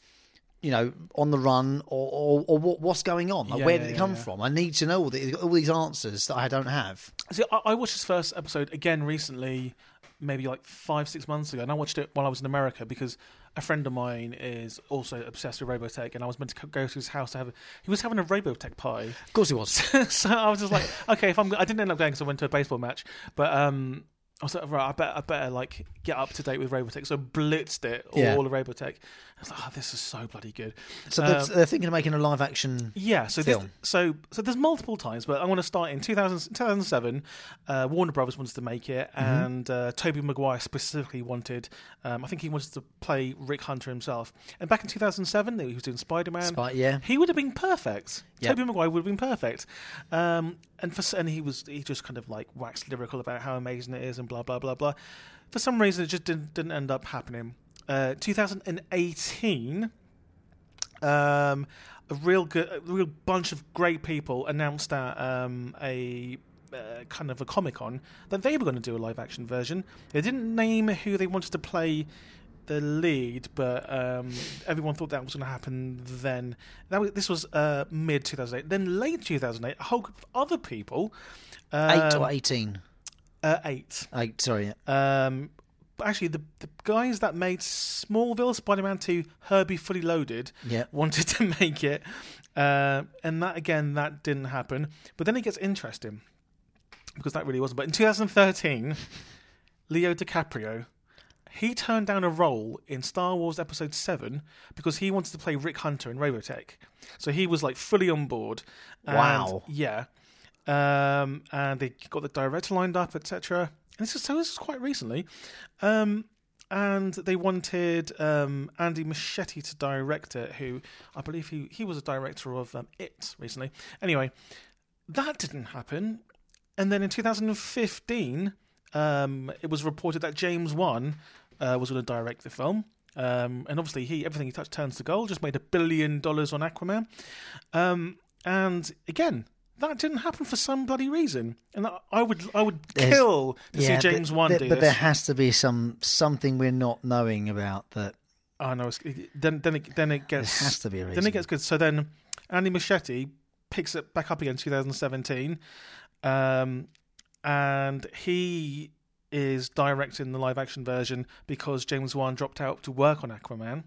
S2: you know, on the run, or or, or what, what's going on, like,
S3: Yeah,
S2: where
S3: yeah,
S2: did it
S3: yeah,
S2: come
S3: yeah.
S2: from? I need to know all, the, all these answers that I don't have.
S3: See, I, I watched this first episode again recently, maybe like five, six months ago, and I watched it while I was in America because a friend of mine is also obsessed with Robotech, and I was meant to co- go to his house to have. He was having a Robotech pie,
S2: Of course, it was.
S3: so I was just like, okay, if I'm, I didn't end up going because I went to a baseball match, but um. I was like, right, I better, I better like get up to date with Robotech. So I blitzed it all,
S2: Yeah.
S3: all of Robotech. I was like, oh, this is so bloody good.
S2: So they're,
S3: Um,
S2: they're thinking of making a live action.
S3: yeah, so this,
S2: film.
S3: so so there's multiple times, but I want to start in 2000, 2007. Uh, Warner Brothers wanted to make it,
S2: Mm-hmm.
S3: and uh, Toby Maguire specifically wanted. Um, I think he wanted to play Rick Hunter himself. And back in 2007, he was doing Spider Man.
S2: Spy- yeah.
S3: he would have been perfect.
S2: Yep.
S3: Toby Maguire would have been perfect. Um, and for s- and he was he just kind of like waxed lyrical about how amazing it is and blah blah blah blah. For some reason, it just didn't didn't end up happening. Uh, 2018 um, a real good, a real bunch of great people announced at um, a uh, kind of a Comic Con that they were going to do a live action version. They didn't name who they wanted to play the lead, but um, everyone thought that was going to happen then. That was, this was uh, mid 2008. Then late 2008, a whole group of other people. Um,
S2: Eight or eighteen?
S3: Uh, eight.
S2: Eight, sorry, yeah.
S3: Um, but actually, the, the guys that made Smallville, Spider Man 2, Herbie Fully Loaded
S2: Yeah.
S3: wanted to make it. Uh, and that, again, that didn't happen. But then it gets interesting because that really wasn't. But in 2013, Leo DiCaprio, He turned down a role in Star Wars Episode 7 because he wanted to play Rick Hunter in Robotech. So he was like fully on board. And,
S2: Wow.
S3: Yeah. Um, and they got the director lined up, etc. And this is so this is quite recently. Um, and they wanted um, Andy Machete to direct it, who I believe he, he was a director of um, It recently. Anyway, that didn't happen. And then in 2015, um, it was reported that James Wan uh, was going to direct the film. Um, and obviously, he everything he touched turns to gold. Just made a billion dollars on Aquaman. Um, and again, that didn't happen for some bloody reason. And I- I would I would
S2: There's-
S3: kill to see
S2: th-
S3: James Wan
S2: th-
S3: do
S2: but
S3: this.
S2: there has to be some something we're not knowing about that.
S3: I know. It's, then then it, then it gets
S2: has to be a
S3: Then
S2: reason.
S3: it gets good. So then Andy Machete picks it back up again, 2017, um, and he is directing the live action version because James Wan dropped out to work on Aquaman.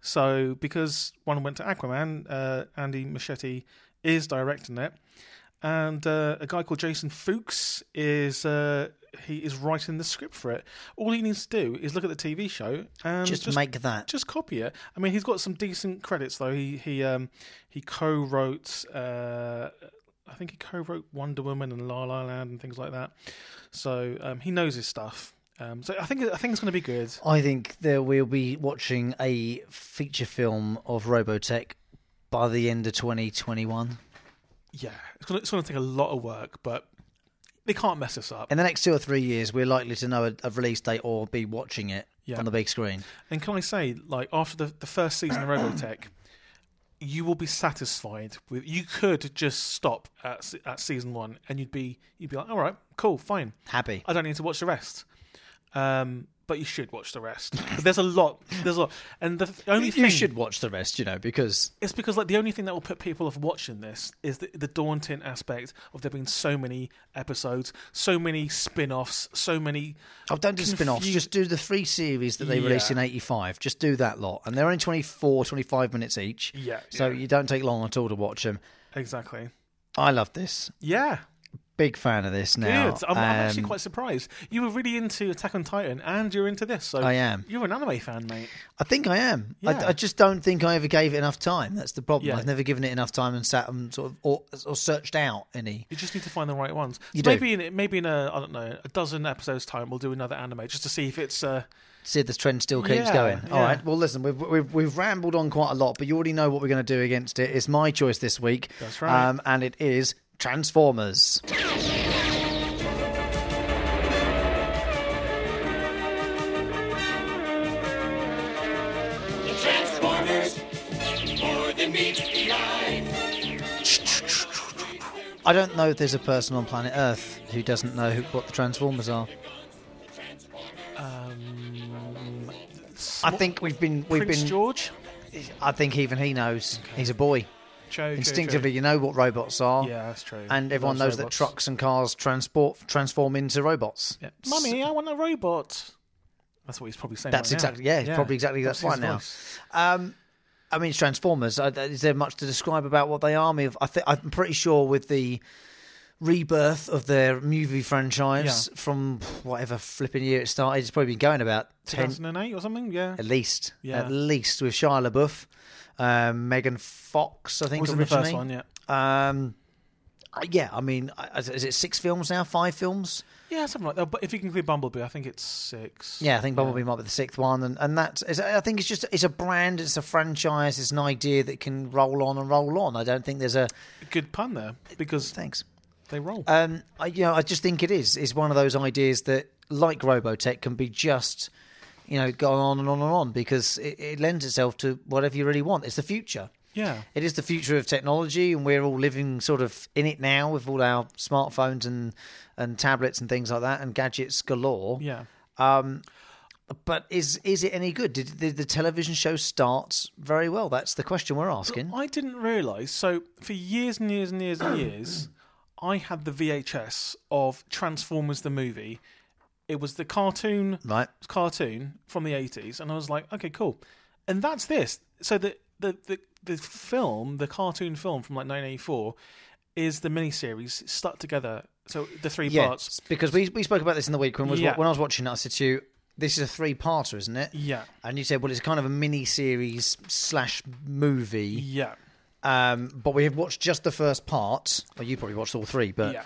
S3: So because one went to Aquaman, uh, Andy Machete is directing it, and uh, a guy called Jason Fuchs is. Uh, he is writing the script for it. All he needs to do is look at the TV show and
S2: Just, make that.
S3: just copy it. I mean, he's got some decent credits though. He he um he co-wrote uh I think he co-wrote Wonder Woman and La La Land and things like that. So um he knows his stuff. Um so I think I think it's going to be good.
S2: I think there we'll be watching a feature film of Robotech by the end of 2021.
S3: Yeah. It's going to, it's going to take a lot of work, but they can't mess us up.
S2: In the next two or three years, we're likely to know a, a release date or be watching it
S3: Yeah.
S2: on the big screen.
S3: And can I say, like, after the, the first season of Robotech, you will be satisfied with. You could just stop at se- at season one, and you'd be you'd be like, all right, cool, fine.
S2: Happy.
S3: I don't need to watch the rest. Um, but you should watch the rest. But there's a lot. There's a lot, and the th- only thing
S2: You should watch the rest, you know, because
S3: it's because like the only thing that will put people off watching this is the, the daunting aspect of there being so many episodes, so many spin-offs, so many.
S2: oh, don't do spin offs.
S3: Confused.
S2: Just do the three series that they released
S3: Yeah.
S2: in 85. Just do that lot. And they're only 24, 25 minutes each.
S3: Yeah,
S2: So
S3: yeah.
S2: you don't take long at all to watch them.
S3: Exactly.
S2: I love this.
S3: Yeah.
S2: Big fan of this
S3: Good.
S2: now.
S3: I'm, I'm actually
S2: Um,
S3: quite surprised. You were really into Attack on Titan, and you're into this. So
S2: I am.
S3: You're an anime fan, mate.
S2: I think I am.
S3: Yeah.
S2: I, I just don't think I ever gave it enough time. That's the problem.
S3: Yeah.
S2: I've never given it enough time and sat and sort of or, or searched out any.
S3: You just need to find the right ones.
S2: You
S3: so
S2: do.
S3: maybe in maybe in a I don't know a dozen episodes time, we'll do another anime just to see if it's. Uh,
S2: See if this trend still keeps
S3: Yeah,
S2: going. All
S3: yeah.
S2: right. Well, listen, we've, we've we've rambled on quite a lot, but you already know what we're going to do against it. It's my choice this week.
S3: That's right.
S2: Um, and it is Transformers.
S4: The Transformers, more than meets the eye.
S2: I don't know if there's a person on planet Earth who doesn't know who, what the Transformers are. I think we've been we've
S3: Prince
S2: been.
S3: George.
S2: I think even he knows. He's a boy.
S3: Joe,
S2: Instinctively, you know what robots are.
S3: Yeah, that's true.
S2: and everyone knows
S3: Loves
S2: that
S3: robots.
S2: trucks and cars transport transform into robots.
S3: Yeah. Mummy, I want a robot. That's what he's probably saying.
S2: That's
S3: right now.
S2: exactly yeah, it's probably exactly that's
S3: That's
S2: right
S3: his
S2: now.
S3: voice.
S2: Um, I mean, it's Transformers. I, is there much to describe about what they are? I mean, I th- I'm pretty sure with the rebirth of their movie franchise from whatever flipping year it started, it's probably been going about ten
S3: 2008 or something. Yeah.
S2: at least,
S3: Yeah.
S2: at least with Shia LaBeouf, um, Megan Fox, I think
S3: Was in the
S2: originally.
S3: first one? Yeah.
S2: Um, uh, yeah, I mean, uh, is is it six films now? Five films?
S3: Yeah, something like that. But if you can include Bumblebee, I think it's six.
S2: Yeah, I think Bumblebee might be the sixth one, and and that's it's, I think it's just it's a brand, it's a franchise, it's an idea that can roll on and roll on. I don't think there's a
S3: Good pun there because
S2: thanks.
S3: they roll.
S2: Um, I, you know, I just think it is is one of those ideas that, like Robotech, can be just you know gone on and on and on because it, it lends itself to whatever you really want. It's the future.
S3: yeah.
S2: It is the future of technology, and we're all living sort of in it now with all our smartphones and and tablets and things like that, and gadgets galore.
S3: Yeah.
S2: But is is it any good? Did the, the television show starts very well? That's the question we're asking.
S3: I didn't realise. So for years and years and years and years, I had the VHS of Transformers the movie. It was the cartoon
S2: Right.
S3: cartoon from the 80s and I was like okay cool and that's this so the the the, the film the cartoon film from like 1984 is the miniseries stuck together so the three
S2: Yeah,
S3: parts
S2: because we we spoke about this in the week when, was,
S3: Yeah.
S2: when I was watching it. I said to you, This is a three-parter, isn't it?
S3: Yeah.
S2: And you said, well, it's kind of a mini-series slash movie,
S3: Yeah.
S2: um, but we have watched just the first part. Well, you probably watched all three, but
S3: Yeah.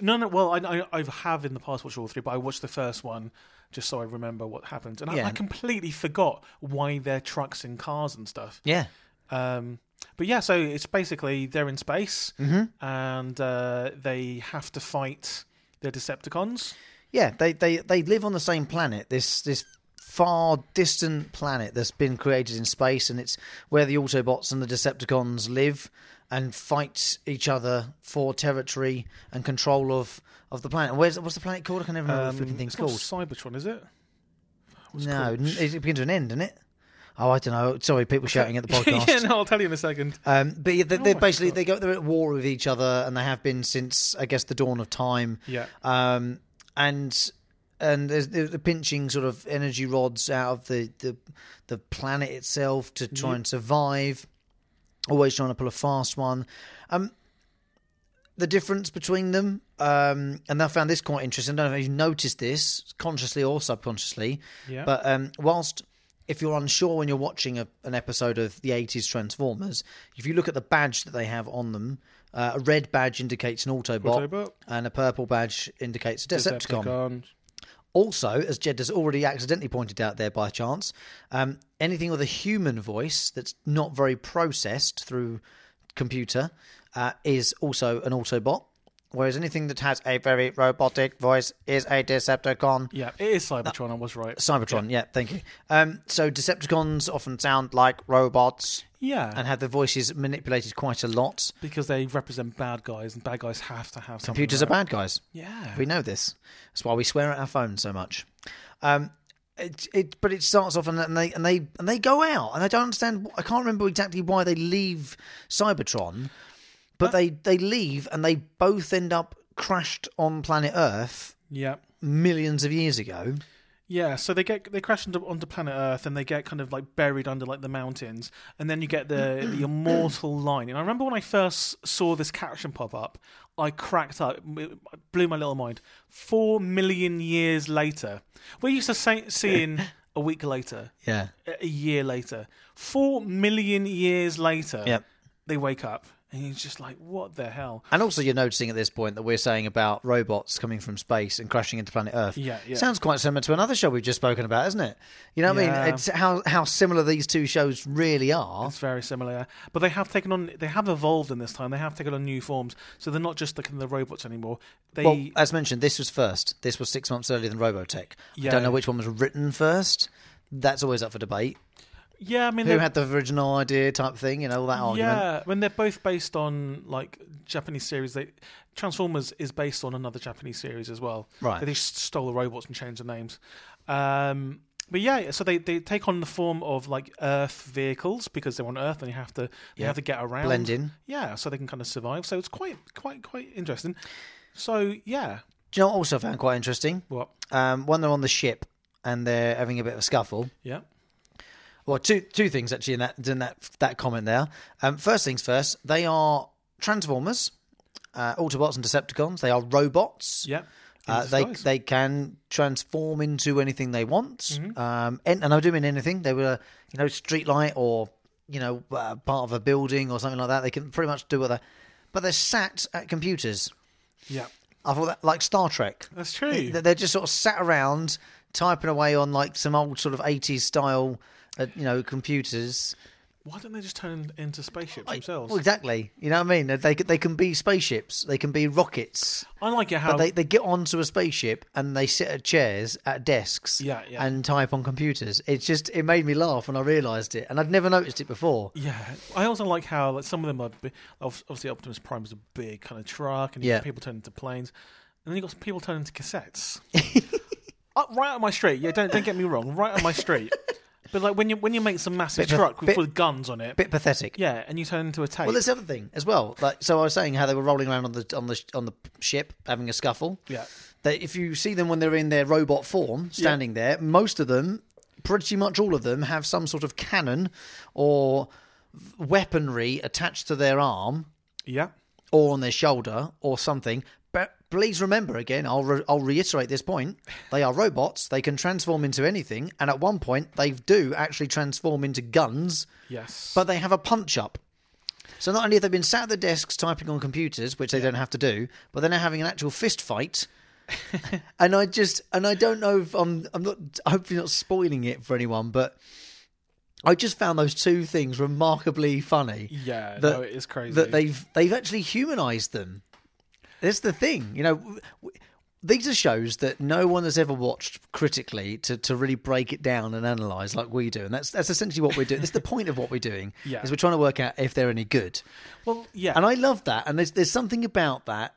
S3: No, no. Well, I, I, I have in the past watched all three, but I watched the first one just so I remember what happened, and I,
S2: Yeah.
S3: I completely forgot why they're trucks and cars and stuff.
S2: yeah,
S3: Um, but yeah, so it's basically they're in space
S2: Mm-hmm.
S3: and uh, they have to fight the Decepticons.
S2: yeah, they, they they live on the same planet. This this far distant planet that's been created in space, and it's where the Autobots and the Decepticons live and fight each other for territory and control of, of the planet. Where's what's the planet called? I can never remember
S3: Um,
S2: what the flipping thing's
S3: it's not
S2: called.
S3: Cybertron, is it? What's it
S2: No,
S3: called?
S2: n- it begins with an end, doesn't it? Oh, I don't know. Sorry, people shouting at the podcast.
S3: yeah, no, I'll tell you in a second.
S2: Um, but yeah, they, they're
S3: my
S2: basically
S3: God.
S2: they go they're at war with each other, and they have been since I guess the dawn of time.
S3: Yeah.
S2: Um, and and there's, there's the pinching sort of energy rods out of the the, the planet itself to try and survive. Always trying to pull a fast one. Um, the difference between them, um, and I found this quite interesting. I don't know if you noticed this consciously or subconsciously,
S3: Yeah.
S2: but um, whilst if you're unsure when you're watching a, an episode of the 80s Transformers, if you look at the badge that they have on them, uh, a red badge indicates an Autobot,
S3: Autobot.
S2: and a purple badge indicates a Decepticon.
S3: Decepticon.
S2: Also, as Jed has already accidentally pointed out there by chance, um, anything with a human voice that's not very processed through computer uh, is also an Autobot. Whereas anything that has a very robotic voice is a Decepticon.
S3: Yeah, it is
S2: Uh,
S3: Cybertron. I was right.
S2: Cybertron, yeah, thank you. Um, so Decepticons often sound like robots
S3: Yeah,
S2: and have their voices manipulated quite a lot.
S3: because they represent bad guys, and bad guys have to have something
S2: Computers are
S3: like-
S2: bad guys.
S3: Yeah,
S2: We know this. That's why we swear at our phones so much. Um, it, it, but it starts off and, and they and they and they go out and I don't understand. I can't remember exactly why they leave Cybertron, but they they leave and they both end up crashed on planet Earth
S3: yeah,
S2: millions of years ago.
S3: yeah. So they get they crash into onto planet Earth, and they get kind of like buried under like the mountains, and then you get the the immortal line. And I remember when I first saw this caption pop up, I cracked up, it blew my little mind. Four million years later, we're used to say, seeing a week later,
S2: Yeah,
S3: a- a year later, four million years later,
S2: Yep.
S3: they wake up, and you're just like, what the hell?
S2: and also you're noticing at this point that we're saying about robots coming from space and crashing into planet Earth.
S3: Yeah, yeah.
S2: sounds quite similar to another show we've just spoken about, isn't it? You know what I
S3: Yeah.
S2: mean? It's how how similar these two shows really are.
S3: It's very similar, yeah. but they have taken on they have evolved in this time. They have taken on new forms, so they're not just the, the robots anymore. They
S2: Well, uh, as mentioned, this was first. This was six months earlier than Robotech. I
S3: Yeah.
S2: don't know which one was written first. That's always up for debate.
S3: yeah, I mean,
S2: Who
S3: they're-
S2: had the original idea type thing, you know, all that argument.
S3: yeah, when they're both based on like Japanese series. They Transformers is based on another Japanese series as well.
S2: Right.
S3: they just stole the robots and changed the names. Um, but yeah, so they, they take on the form of like Earth vehicles because they're on Earth and you have to they
S2: Yeah.
S3: have to get around
S2: Blend in.
S3: Yeah, so they can kind of survive. So it's quite quite quite interesting. So yeah,
S2: Do you know what I also found quite interesting?
S3: what?
S2: Um, when they're on the ship and they're having a bit of a scuffle.
S3: Yeah.
S2: Well, two two things actually in that in that that comment there. Um, first things first, they are Transformers, uh, Autobots and Decepticons. They are robots.
S3: Yeah. In
S2: Uh, they
S3: disguise.
S2: they can transform into anything they want,
S3: Mm-hmm.
S2: um, and, and I do mean anything. They were you know streetlight or you know uh, part of a building or something like that. They can pretty much do what they. But they're sat at computers.
S3: yeah,
S2: I thought that like Star Trek.
S3: that's true.
S2: They- They're just sort of sat around typing away on like some old sort of eighties style, uh, you know, computers.
S3: Why don't they just turn into spaceships themselves?
S2: Well, exactly. You know what I mean? They they can be spaceships. They can be rockets.
S3: I like it how
S2: But they, they get onto a spaceship and they sit at chairs at desks
S3: Yeah, yeah.
S2: and type on computers. It's just it made me laugh when I realised it, and I'd never noticed it before.
S3: Yeah, I also like how like some of them are bi- ob- obviously Optimus Prime is a big kind of truck, and you
S2: Yeah.
S3: got people turn into planes, and then you got people turn into cassettes. Up right on my street, yeah. Don't don't get me wrong, right on my street. but like when you when you make some massive
S2: Bit of-
S3: truck with,
S2: bit-
S3: with guns on it,
S2: Bit pathetic.
S3: yeah, and you turn into a tape.
S2: Well, there's the other thing as well. Like, so I was saying how they were rolling around on the on the sh- on the ship having a scuffle.
S3: yeah,
S2: That if you see them when they're in their robot form, standing there, most of them, pretty much all of them, have some sort of cannon or weaponry attached to their arm
S3: yeah,
S2: or on their shoulder or something But please remember again, I'll, re- I'll reiterate this point. They are robots. They can transform into anything. And at one point, they do actually transform into guns,
S3: Yes.
S2: but they have a punch up. So not only have they been sat at the desks typing on computers, which they don't have to do, but they're now having an actual fist fight. and I just, and I don't know if I'm, I'm not, hopefully not spoiling it for anyone, but I just found those two things remarkably funny.
S3: Yeah,
S2: that-
S3: no, it is crazy.
S2: That they've they've actually humanized them. That's the thing, you know. w- w- These are shows that no one has ever watched critically to, to really break it down and analyze like we do, and that's that's essentially what we're doing. that's the point of what we're doing
S3: Yeah.
S2: is we're trying to work out if they're any good.
S3: well, yeah,
S2: And I love that. And there's there's something about that.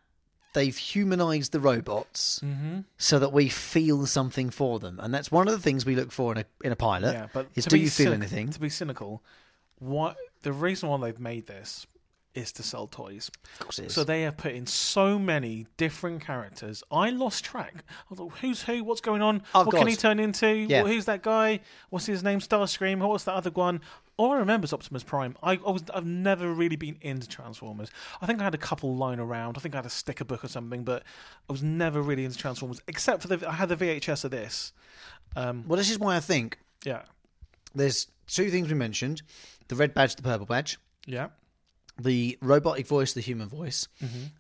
S2: They've humanized the robots
S3: Mm-hmm.
S2: so that we feel something for them, and that's one of the things we look for in a in a pilot.
S3: yeah, but
S2: is
S3: to
S2: do
S3: be
S2: you feel
S3: cynic-
S2: anything?
S3: To be cynical, what the reason why they've made this is to sell toys.
S2: Of course it is.
S3: So they have put in so many different characters. I lost track. I thought, who's who? What's going on?
S2: Oh,
S3: what can
S2: God.
S3: he turn into?
S2: Yeah.
S3: Wh- who's that guy? What's his name? Starscream. What's that other one? All I remember is Optimus Prime. I, I was, I've never really been into Transformers. I think I had a couple lying around. I think I had a sticker book or something, but I was never really into Transformers, except for the I had the VHS of this.
S2: well, this is why I think
S3: Yeah,
S2: there's two things we mentioned the red badge, the purple badge,
S3: yeah,
S2: the robotic voice, the human voice.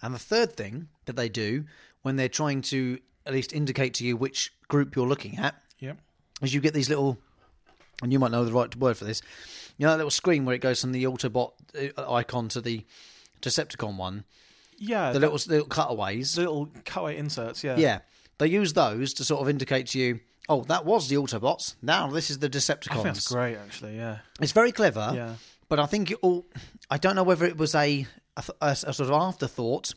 S2: And the third thing that they do when they're trying to at least indicate to you which group you're looking at
S3: yeah,
S2: is you get these little, and you might know the right word for this, you know, that little screen where it goes from the Autobot uh, icon to the Decepticon one,
S3: yeah.
S2: the little, little cutaways.
S3: the little cutaway inserts. Yeah,
S2: yeah. They use those to sort of indicate to you, oh, that was the Autobots. Now this is the
S3: I
S2: Decepticons.
S3: think that's great actually. Yeah,
S2: It's very clever.
S3: Yeah.
S2: But I think it all. I don't know whether it was a a, th- a s- a sort of afterthought
S3: it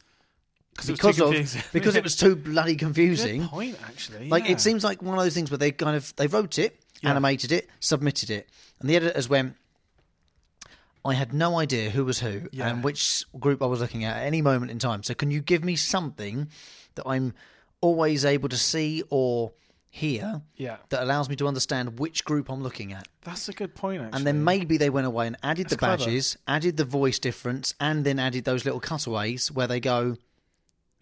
S3: was
S2: because
S3: too confusing.
S2: of because it was too bloody confusing.
S3: good point actually.
S2: Like
S3: yeah.
S2: it seems like one of those things where they kind of they wrote it, animated it, submitted it, and the editors went. I had no idea who was who
S3: Yeah.
S2: and which group I was looking at at any moment in time. So can you give me something that I'm always able to see or hear
S3: Yeah,
S2: that allows me to understand which group I'm looking at?
S3: that's a good point actually.
S2: And then maybe they went away and added the
S3: clever.
S2: badges, added the voice difference, and then added those little cutaways where they go,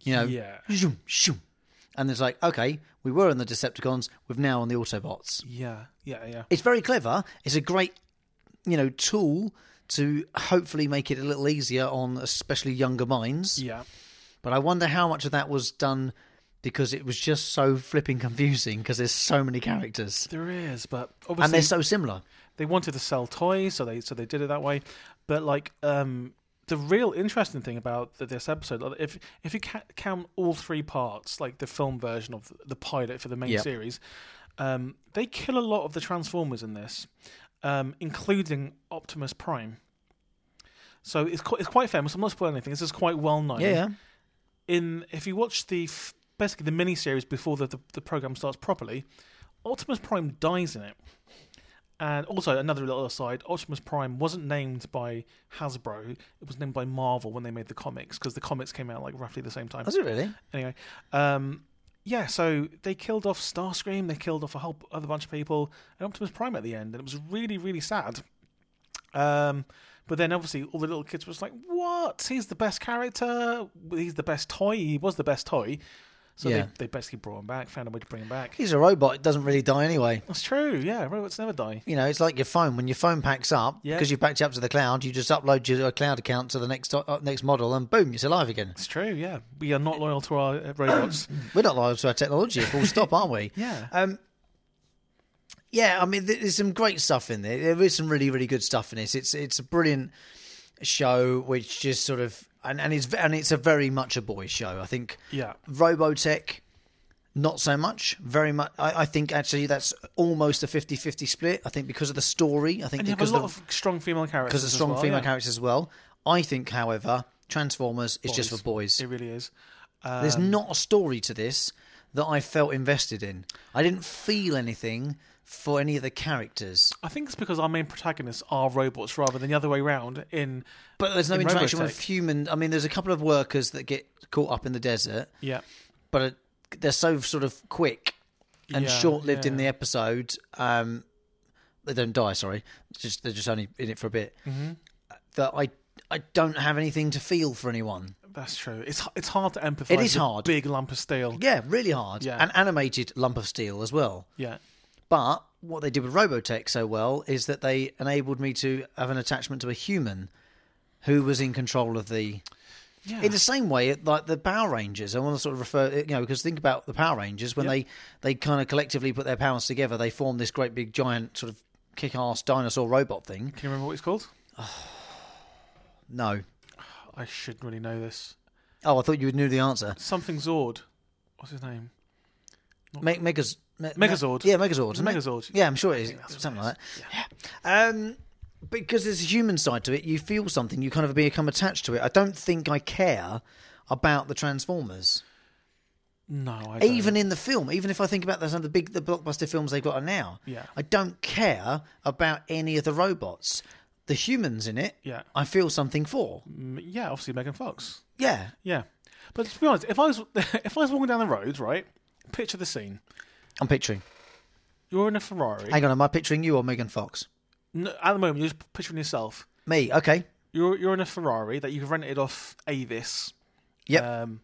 S2: you know,
S3: Yeah.
S2: zoom, zoom. and it's like, okay, we were on the Decepticons, we're now on the Autobots.
S3: Yeah, yeah, yeah.
S2: It's very clever. It's a great, you know, tool to hopefully make it a little easier on especially younger minds.
S3: Yeah.
S2: But I wonder how much of that was done because it was just so flipping confusing because there's so many characters
S3: There is, but
S2: and they're
S3: obviously
S2: so similar.
S3: they wanted to sell toys, so they so they did it that way. But like um the real interesting thing about th- this episode, like, if if you ca- count all three parts, like the film version of the pilot for the main
S2: Yep.
S3: series, um, they kill a lot of the Transformers in this, um, including Optimus Prime. So it's quite it's quite famous. I'm not spoiling anything. This is quite well known.
S2: Yeah, yeah.
S3: in if you watch the f- basically the mini series before the, the the program starts properly, Optimus Prime dies in it. And also another little aside, Optimus Prime wasn't named by Hasbro; it was named by Marvel when they made the comics because the comics came out like roughly the same time.
S2: Was it really?
S3: Anyway, um, yeah, so they killed off Starscream, they killed off a whole other bunch of people, and Optimus Prime at the end, and it was really, really sad. Um, but then obviously all the little kids were just like, "What? He's the best character. He's the best toy. He was the best toy." So
S2: Yeah.
S3: they, they basically brought him back, found a way to bring him back.
S2: He's a robot. It doesn't really die anyway.
S3: That's true. Yeah, robots never die.
S2: You know, it's like your phone. When your phone packs up,
S3: Yeah.
S2: because you've backed it up to the cloud, you just upload your uh, cloud account to the next uh, next model, and boom, it's alive again.
S3: It's true. Yeah, we are not loyal to our uh, robots.
S2: We're not loyal to our technology, full stop, aren't we?
S3: Yeah.
S2: Um, yeah, I mean, th- there's some great stuff in there. There is some really, really good stuff in this. It's it's a brilliant show, which just sort of and, and it's and it's a very much a boys' show. I think
S3: yeah,
S2: Robotech, not so much. Very much. I, I think actually that's almost a 50-50 split. I think because of the story. I think
S3: and you have a
S2: because
S3: lot
S2: the,
S3: of strong female characters.
S2: because of
S3: as
S2: strong
S3: well,
S2: female
S3: yeah.
S2: characters as well. I think, however, Transformers is just for boys.
S3: It really is.
S2: There's not a story to this that I felt invested in. I didn't feel anything for any of the characters.
S3: I think it's because our main protagonists are robots rather than the other way round. In
S2: But there's no
S3: In
S2: interaction with
S3: Robotech.
S2: human. I mean, there's a couple of workers that get caught up in the desert,
S3: yeah,
S2: but it, they're so sort of quick and
S3: Yeah,
S2: short-lived in
S3: yeah.
S2: the episode. Um, they don't die. Sorry, It's just they're just only in it for a bit. That I I don't have anything to feel for anyone.
S3: That's true. It's it's hard to empathize.
S2: It is
S3: with
S2: hard.
S3: Big lump of steel.
S2: Yeah, really hard.
S3: Yeah.
S2: An animated lump of steel as well.
S3: Yeah.
S2: But what they did with Robotech so well is that they enabled me to have an attachment to a human who was in control of the.
S3: Yeah.
S2: In the same way, like the Power Rangers, I want to sort of refer, you know, because think about the Power Rangers when they they kind of collectively put their powers together, they form this great big giant sort of kick-ass dinosaur robot thing.
S3: Can you remember what it's called?
S2: No,
S3: I should really know this.
S2: oh, I thought you knew the answer.
S3: Something Zord. What's his name?
S2: Me- Megas- Me-
S3: Megazord.
S2: Yeah, Megazord. isn't it?
S3: Megazord.
S2: Yeah, I'm sure it is. Something like that. Yeah. Um, because there's a human side to it, you feel something, you kind of become attached to it. I don't think I care about the Transformers.
S3: No, I don't.
S2: Even in the film, even if I think about the, some of the big the blockbuster films they've got are now,
S3: Yeah.
S2: I don't care about any of the robots. The humans in it,
S3: Yeah.
S2: I feel something for.
S3: Mm, Yeah, obviously Megan Fox.
S2: Yeah.
S3: Yeah. But to be honest, if I was if I was walking down the road, right? Picture the scene.
S2: I'm picturing.
S3: You're in a Ferrari.
S2: Hang on, am I picturing you or Megan Fox?
S3: No, at the moment, you're just picturing yourself.
S2: Me, okay.
S3: You're you're in a Ferrari that you've rented off Avis.
S2: Yep.
S3: Um,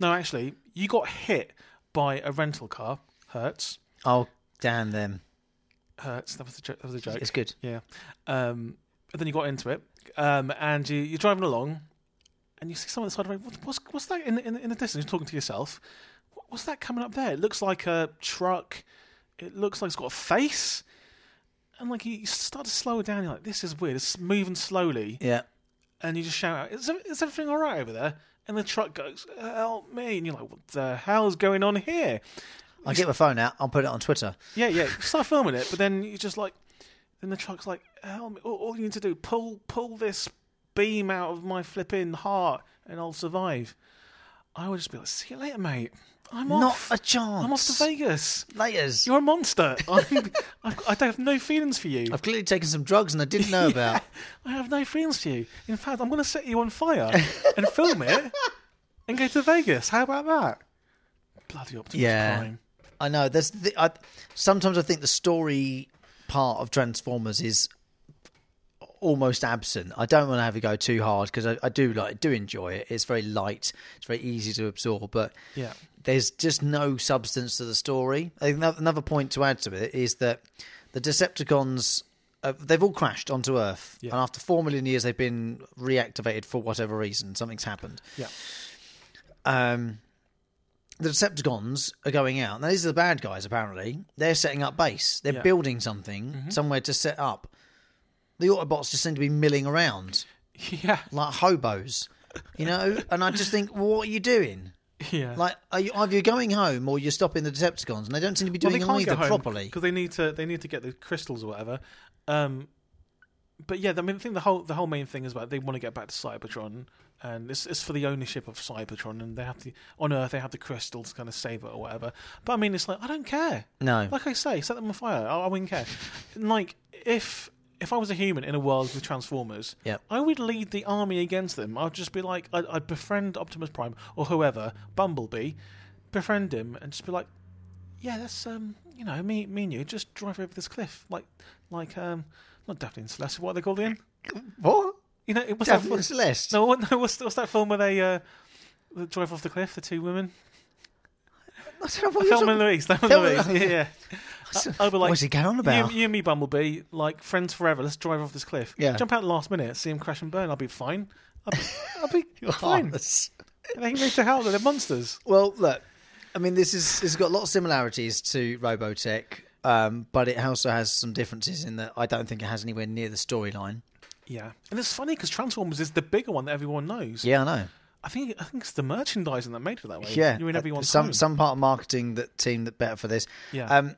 S3: no, actually, you got hit by a rental car. Hertz.
S2: oh, damn them.
S3: Hertz. That was a joke. That was a joke.
S2: It's good.
S3: Yeah. Um, but then you got into it, um, and you, you're driving along, and you see someone on the side of the road. What, what's, what's that in the, in, the, in the distance? You're talking to yourself. What, what's that coming up there? It looks like a truck. It looks like it's got a face. And like you you start to slow down, you're like, "This is weird." It's moving slowly,
S2: Yeah.
S3: and you just shout out, "Is, ev- is everything all right over there?" And the truck goes, "Help me!" And you're like, "What the hell's going on here?"
S2: I'll get my phone out. I'll put it on Twitter.
S3: Yeah, yeah. You start filming it, but then you just like, then the truck's like, "Help me!" All, all you need to do pull pull this beam out of my flipping heart, and I'll survive. I would just be like, "See you later, mate. I'm
S2: Not
S3: off.
S2: a chance.
S3: I'm off to Vegas.
S2: Layers.
S3: You're a monster. I'm, I've, I don't have no feelings for you.
S2: I've clearly taken some drugs and I didn't know about.
S3: I have no feelings for you. In fact, I'm going to set you on fire and film it and go to Vegas. How about that? Bloody Optimus
S2: Yeah.
S3: Prime.
S2: I know. There's the, I, sometimes I think the story part of Transformers is almost absent. I don't want to have it go too hard because I, I do like do enjoy it. It's very light. It's very easy to absorb, but
S3: Yeah.
S2: there's just no substance to the story. Ano- Another point to add to it is that the Decepticons. Uh, they've all crashed onto Earth,
S3: Yeah.
S2: and after four million years, they've been reactivated for whatever reason. Something's happened.
S3: Yeah.
S2: um, the Decepticons are going out. Now, these are the bad guys, apparently. They're setting up base. They're
S3: Yeah. Mm-hmm.
S2: building something somewhere to set up. The Autobots just seem to be milling around
S3: Yeah.
S2: like hobos, you know? and I just think, what are you doing?
S3: Yeah.
S2: Like, are you either you're going home or you're stopping the Decepticons? And they don't seem to be doing either properly.
S3: because they need to they need to get the crystals or whatever. Um, but yeah, I mean, I think the whole the whole main thing is about they want to get back to Cybertron, and it's, it's for the ownership of Cybertron, and they have to on Earth they have the crystals to kind of save it or whatever. But I mean, it's like I don't care.
S2: No.
S3: like I say, set them on fire. I, I wouldn't care. And, like if if I was a human in a world with Transformers,
S2: Yep.
S3: I would lead the army against them. I'd just be like, I'd, I'd befriend Optimus Prime or whoever, Bumblebee, befriend him, and just be like, yeah, that's um, you know, me, me and you just drive over this cliff, like, like um, not Daphne and Celeste. What are they called again?
S2: What?
S3: You know, what's
S2: Daphne
S3: that?
S2: and Celeste.
S3: No, what, no, what's, what's that film where they uh, they drive off the cliff? The two women,
S2: I don't know what you're
S3: Thelma
S2: talking
S3: and Louise. Thelma
S2: Thelma
S3: and
S2: and
S3: Louise. Yeah, yeah. I- I'd be like,
S2: What's he going on about?
S3: You, you and me, Bumblebee, like friends forever. Let's drive off this cliff.
S2: Yeah.
S3: Jump out last minute, see him crash and burn. I'll be fine. I'll be, I'll be
S2: You're
S3: fine.
S2: heartless.
S3: They can go to hell. They're monsters.
S2: Well, look, I mean, this is it's got a lot of similarities to Robotech, um, but it also has some differences in that I don't think it has anywhere near the storyline.
S3: Yeah, and it's funny because Transformers is the bigger one that everyone knows.
S2: Yeah, I know.
S3: I think I think it's the merchandising that made it that way.
S2: Yeah,
S3: you're in
S2: uh,
S3: everyone's
S2: some
S3: home.
S2: some part of marketing that team that better for this.
S3: Yeah.
S2: Um,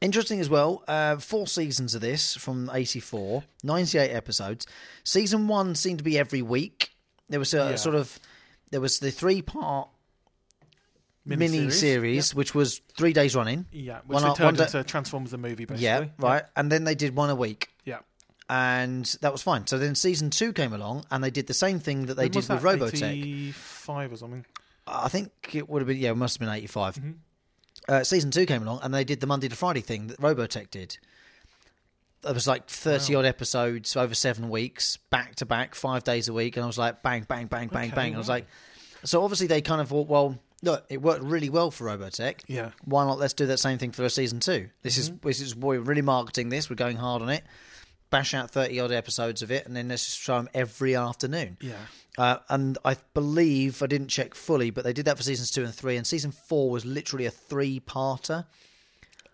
S2: interesting as well. Uh, four seasons of this from '84, 98 episodes. Season one seemed to be every week. There was a
S3: Yeah.
S2: sort of there was the three part
S3: Miniseries.
S2: mini series, which was three days running.
S3: Yeah, which
S2: One
S3: they
S2: up-
S3: turned
S2: one
S3: into Transformers the movie, basically.
S2: Yeah, right. And then they did one a week.
S3: Yeah.
S2: and that was fine. So then season two came along, and they did the same thing that they
S3: When
S2: did
S3: was
S2: with
S3: that?
S2: Robotech.
S3: 85 or something.
S2: I think it would have been yeah, it must have been 85 Uh, season two came along, and they did the Monday to Friday thing that Robotech did. There was like thirty odd episodes over seven weeks, back to back, five days a week, and I was like, bang, bang, bang, bang, bang. I was like, so obviously they kind of thought, well, look, it worked really well for Robotech.
S3: Yeah.
S2: Why not? Let's do that same thing for a season two. This is this is we're really marketing this. We're going hard on it. Bash out thirty odd episodes of it, and then let's just show them every afternoon.
S3: Yeah.
S2: Uh, and I believe I didn't check fully, but they did that for seasons two and three, and season four was literally a three-parter,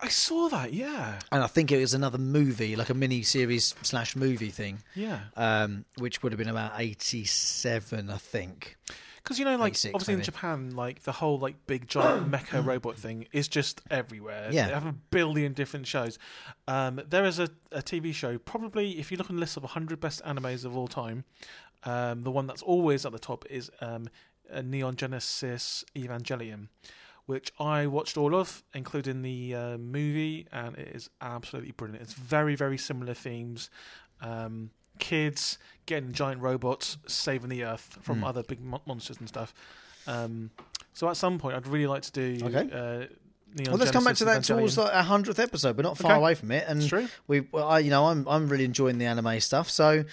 S3: I saw that. Yeah.
S2: and I think it was another movie, like a mini series slash movie thing,
S3: Yeah.
S2: um, which would have been about eighty-seven, I think.
S3: Because you know, like
S2: 86,
S3: obviously in
S2: maybe.
S3: Japan, like the whole like big giant mecha robot thing is just everywhere.
S2: Yeah.
S3: they have a billion different shows. Um, there is a, a TV show, probably if you look on the list of 100 best animes of all time, um, the one that's always at the top is um, uh, Neon Genesis Evangelion, which I watched all of, including the uh, movie, and it is absolutely brilliant. It's very very similar themes. Um, kids getting giant robots saving the earth from other big mon- monsters and stuff. Um, so at some point, I'd really like to do.
S2: Okay.
S3: Uh, Neon
S2: Well, let's come back to
S3: Genesis
S2: that towards
S3: Evangelion.
S2: like our hundredth episode. We're not far
S3: Okay.
S2: away from it, and
S3: It's true.
S2: we, well, I, you know, I'm I'm really enjoying the anime stuff. So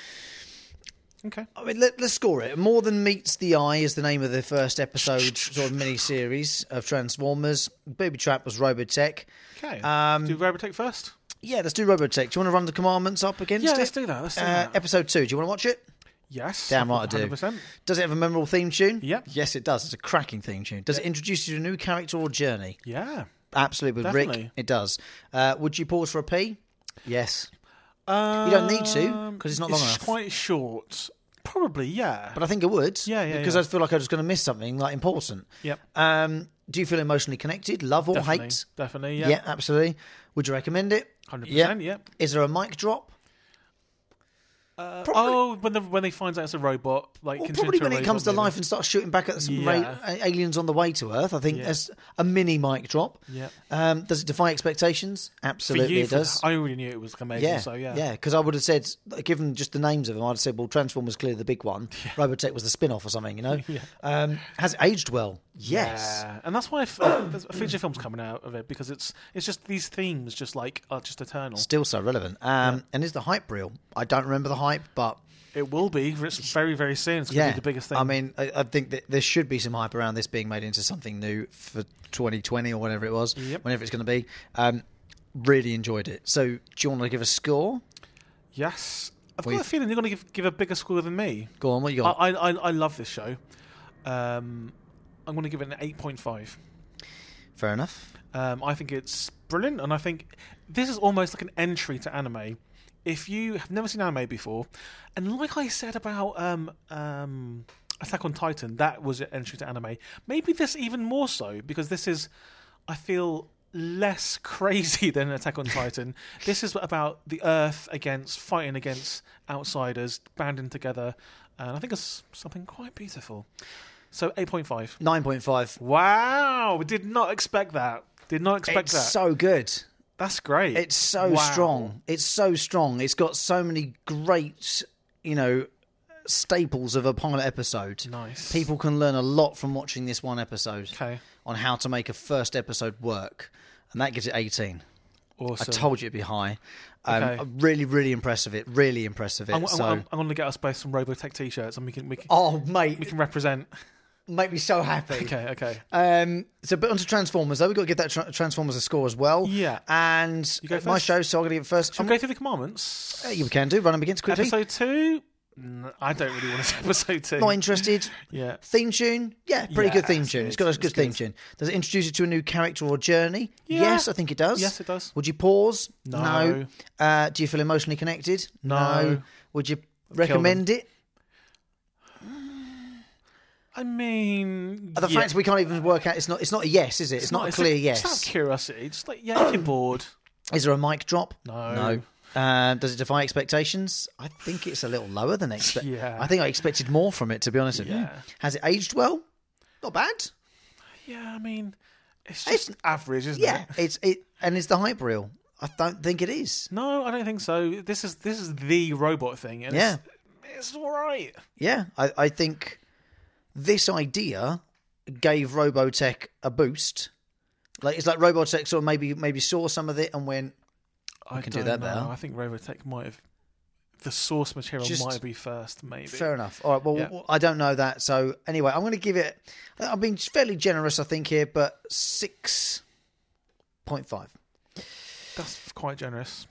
S3: Okay.
S2: I mean, let, let's score it. More than meets the eye is the name of the first episode, sort of mini series of Transformers. Baby Trap was Robotech.
S3: Okay.
S2: Um,
S3: do Robotech first?
S2: Yeah, let's do Robotech. Do you want to run the commandments up against
S3: Yeah,
S2: it?
S3: let's do that. Let's do
S2: Uh,
S3: that.
S2: episode two. Do you want to watch it?
S3: Yes.
S2: Damn right I do.
S3: 100%.
S2: Does it have a memorable theme tune?
S3: Yep.
S2: Yes, it does. It's a cracking theme tune. Does it introduce you to a new character or journey?
S3: Yeah.
S2: Absolutely, with Rick,
S3: Definitely.
S2: it does. Uh, would you pause for a pee? Yes.
S3: Um,
S2: don't need to, 'cause it's not long
S3: It's
S2: enough.
S3: quite short. Probably, yeah.
S2: But uh, I think I would.
S3: Yeah, yeah,
S2: Because
S3: yeah.
S2: I feel like I was going to miss something like important.
S3: yep.
S2: Um, do you feel emotionally connected? Love or
S3: Definitely.
S2: hate?
S3: Definitely,
S2: Yeah.
S3: yeah.
S2: absolutely. Would you recommend it?
S3: 100%,
S2: Yeah.
S3: yeah.
S2: Is there a mic drop?
S3: Uh, oh, when the, when they find out it's a robot, like
S2: Well,
S3: can turn
S2: probably
S3: into a
S2: when it comes to
S3: robot movie.
S2: life and starts shooting back at some
S3: Yeah.
S2: ra- a- aliens on the way to Earth, I think
S3: Yeah.
S2: there's a mini mic drop.
S3: Yeah.
S2: Um, does it defy expectations?
S3: For
S2: Absolutely,
S3: you,
S2: it
S3: for-
S2: does.
S3: I already knew it was amazing.
S2: yeah,
S3: So yeah,
S2: Because I would have said, like, given just the names of them, I'd have said, well, Transformers clearly the big one. Robotech was the spin-off or something, you know. um, has it aged well? Yes.
S3: Yeah. And that's why I f- a feature film's coming out of it because it's it's just these themes just like are just eternal.
S2: Still so relevant. Um, And is the hype real? I don't remember the hype, but
S3: It will be. for- It's very very soon. It's gonna
S2: yeah,
S3: be the biggest thing.
S2: I mean, I, I think that there should be some hype around this being made into something new for 2020 or whatever it was,
S3: Yep.
S2: whenever it's going to be. Um, really enjoyed it. So, do you want to give a score?
S3: Yes. I've
S2: We've-
S3: got a feeling you're going to give, give a bigger score than me.
S2: Go on, what you
S3: I,
S2: got?
S3: I, I, I love this show. Um, I'm going to give it an 8.5.
S2: Fair enough.
S3: Um, I think it's brilliant, and I think this is almost like an entry to anime. If you have never seen anime before, and like I said about um, um, Attack on Titan, that was an entry to anime. Maybe this even more so because this is, I feel, less crazy than Attack on Titan. this is about the Earth against fighting against outsiders, banding together, and I think it's something quite beautiful. So eight point five.
S2: 9.5.
S3: Wow, we did not expect that. Did not expect
S2: It's
S3: that.
S2: so good.
S3: That's great.
S2: It's so
S3: Wow.
S2: strong. It's so strong. It's got so many great, you know, staples of a pilot episode.
S3: Nice.
S2: People can learn a lot from watching this one episode
S3: Okay.
S2: on how to make a first episode work. And that gives it 18. I
S3: Awesome.
S2: told you it'd be high. Um,
S3: Okay.
S2: Really, really impressive. It really impressive. It.
S3: I'm, I'm,
S2: so,
S3: I'm, I'm going to get us both some Robotech t-shirts, and we can we can,
S2: oh
S3: we
S2: mate,
S3: can represent.
S2: make me so happy.
S3: Okay, okay.
S2: Um, so, but onto Transformers though. We've got to give that tra- Transformers a score as well.
S3: Yeah.
S2: And
S3: go
S2: my
S3: first?
S2: show, so I'm going to give it first.
S3: Should
S2: I'm,
S3: we go through the commandments?
S2: you can do. Run them against quickly.
S3: Episode two. Mm, I don't really want to say episode two.
S2: Not interested.
S3: Yeah.
S2: Theme tune, yeah, pretty good theme
S3: Yes,
S2: tune. It's
S3: it's-
S2: got a
S3: it's
S2: good theme
S3: good.
S2: tune. Does it introduce you to a new character or journey?
S3: Yeah.
S2: Yes, I think it does.
S3: Yes, it does.
S2: Would you pause?
S3: No.
S2: Uh, do you feel emotionally connected?
S3: No.
S2: Would you recommend it?
S3: I mean,
S2: The
S3: yeah.
S2: fact we can't even work out it's not it's not a yes, is it? It's, not, a clear
S3: it's
S2: yes.
S3: It's not curiosity. It's like yeah, if you're bored.
S2: Is there a mic drop?
S3: No.
S2: No. Uh, does it defy expectations? I think it's a little lower than expected.
S3: Yeah.
S2: I think I expected more from it, to be honest with you.
S3: Yeah.
S2: Has it aged well? Not bad.
S3: Yeah, I mean, it's just average, isn't
S2: Yeah.
S3: it?
S2: It's it and is the hype real? I don't think it is.
S3: No, I don't think so. This is this is the robot thing, and
S2: Yeah.
S3: it's, it's all right.
S2: Yeah, I, I think this idea gave Robotech a boost. Like it's like Robotech sort of maybe maybe saw some of it and went,
S3: I
S2: can do
S3: don't
S2: that
S3: know.
S2: better.
S3: I think Robotech might have. The source material
S2: Just-
S3: might be first, maybe.
S2: Fair enough. All right. Well,
S3: Yeah.
S2: well, I don't know that. So anyway, I'm going to give it. I'm being fairly generous, I think here, but six point five.
S3: That's quite generous.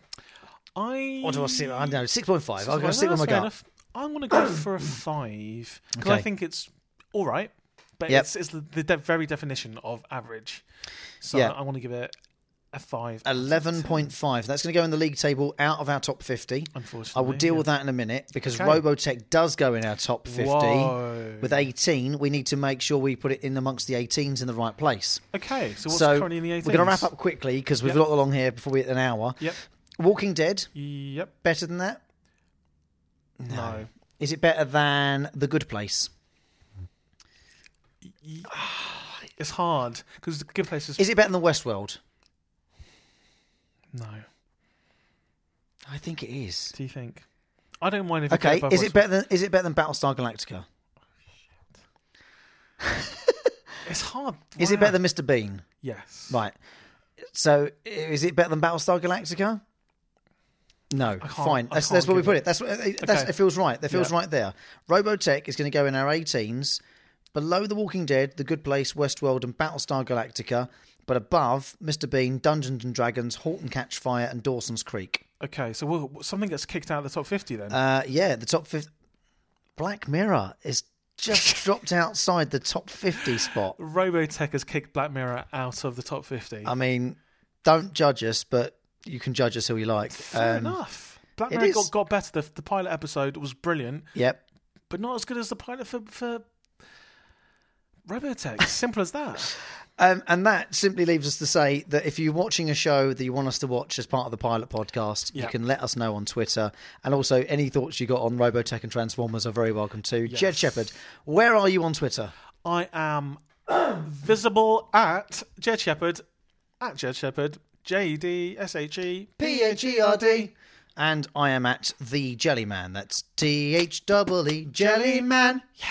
S3: I
S2: What do I see? I don't know six point five. I'm going to stick
S3: Well,
S2: with my
S3: that's
S2: gut.
S3: fair enough. I'm going to go for a five because I
S2: Okay.
S3: think it's all right, but
S2: Yep.
S3: it's, it's the, the de- very definition of average. So
S2: Yeah.
S3: I want to give it a five.
S2: Eleven point five. That's going to go in the league table out of our top fifty.
S3: Unfortunately,
S2: I will deal
S3: yeah.
S2: with that in a minute because
S3: Okay.
S2: Robotech does go in our top fifty
S3: Whoa.
S2: with eighteen. We need to make sure we put it in amongst the 18s in the right place.
S3: Okay, so what's
S2: so
S3: currently in the 18s?
S2: we're going to wrap up quickly because we've
S3: Yep.
S2: got along here before we hit an hour.
S3: Yep.
S2: Walking Dead
S3: Yep.
S2: better than that?
S3: No.
S2: Is it better than The Good Place?
S3: It's hard because the good place is,
S2: Is it better than Westworld?
S3: no.
S2: I think it is.
S3: Do you think? I don't mind if
S2: Okay,
S3: It goes
S2: is
S3: above
S2: it better than is it better than Battlestar Galactica?
S3: Westworld. It's hard.
S2: Is it
S3: Wow.
S2: better than Mr. Bean?
S3: Yes.
S2: Right. So is it better than Battlestar Galactica? No, fine.
S3: I
S2: That's,
S3: can't
S2: that's where we
S3: give
S2: put
S3: it.
S2: it. That's, what- that's
S3: Okay.
S2: it feels right. That feels
S3: Yeah.
S2: right there. Robotech is going to go in our 18s, below The Walking Dead, The Good Place, Westworld, and Battlestar Galactica, but above Mr. Bean, Dungeons and Dragons, Halt and Catch Fire, and Dawson's Creek.
S3: Okay, so we'll, something gets kicked out of the top fifty then.
S2: Uh, yeah, the top 50. Black Mirror is just dropped outside the top 50 spot.
S3: Robotech has kicked Black Mirror out of the top 50.
S2: I mean, don't judge us, but you can judge us who you like.
S3: Fair
S2: Um,
S3: enough. Black
S2: it
S3: Mirror
S2: is-
S3: got, got better. The, the pilot episode was brilliant,
S2: Yep.
S3: but not as good as the pilot for, for Robotech. Simple as that.
S2: Um, and that simply leaves us to say that if you're watching a show that you want us to watch as part of the pilot podcast,
S3: Yeah.
S2: you can let us know on Twitter. And also, any thoughts you got on Robotech and Transformers are very welcome too. Jed Shepherd, where are you on Twitter?
S3: I am visible at Jed Shepherd, at Jed Shepherd, J D S H E P H E R D.
S2: And I am at the Jellyman. That's T H E E Jellyman. Yeah.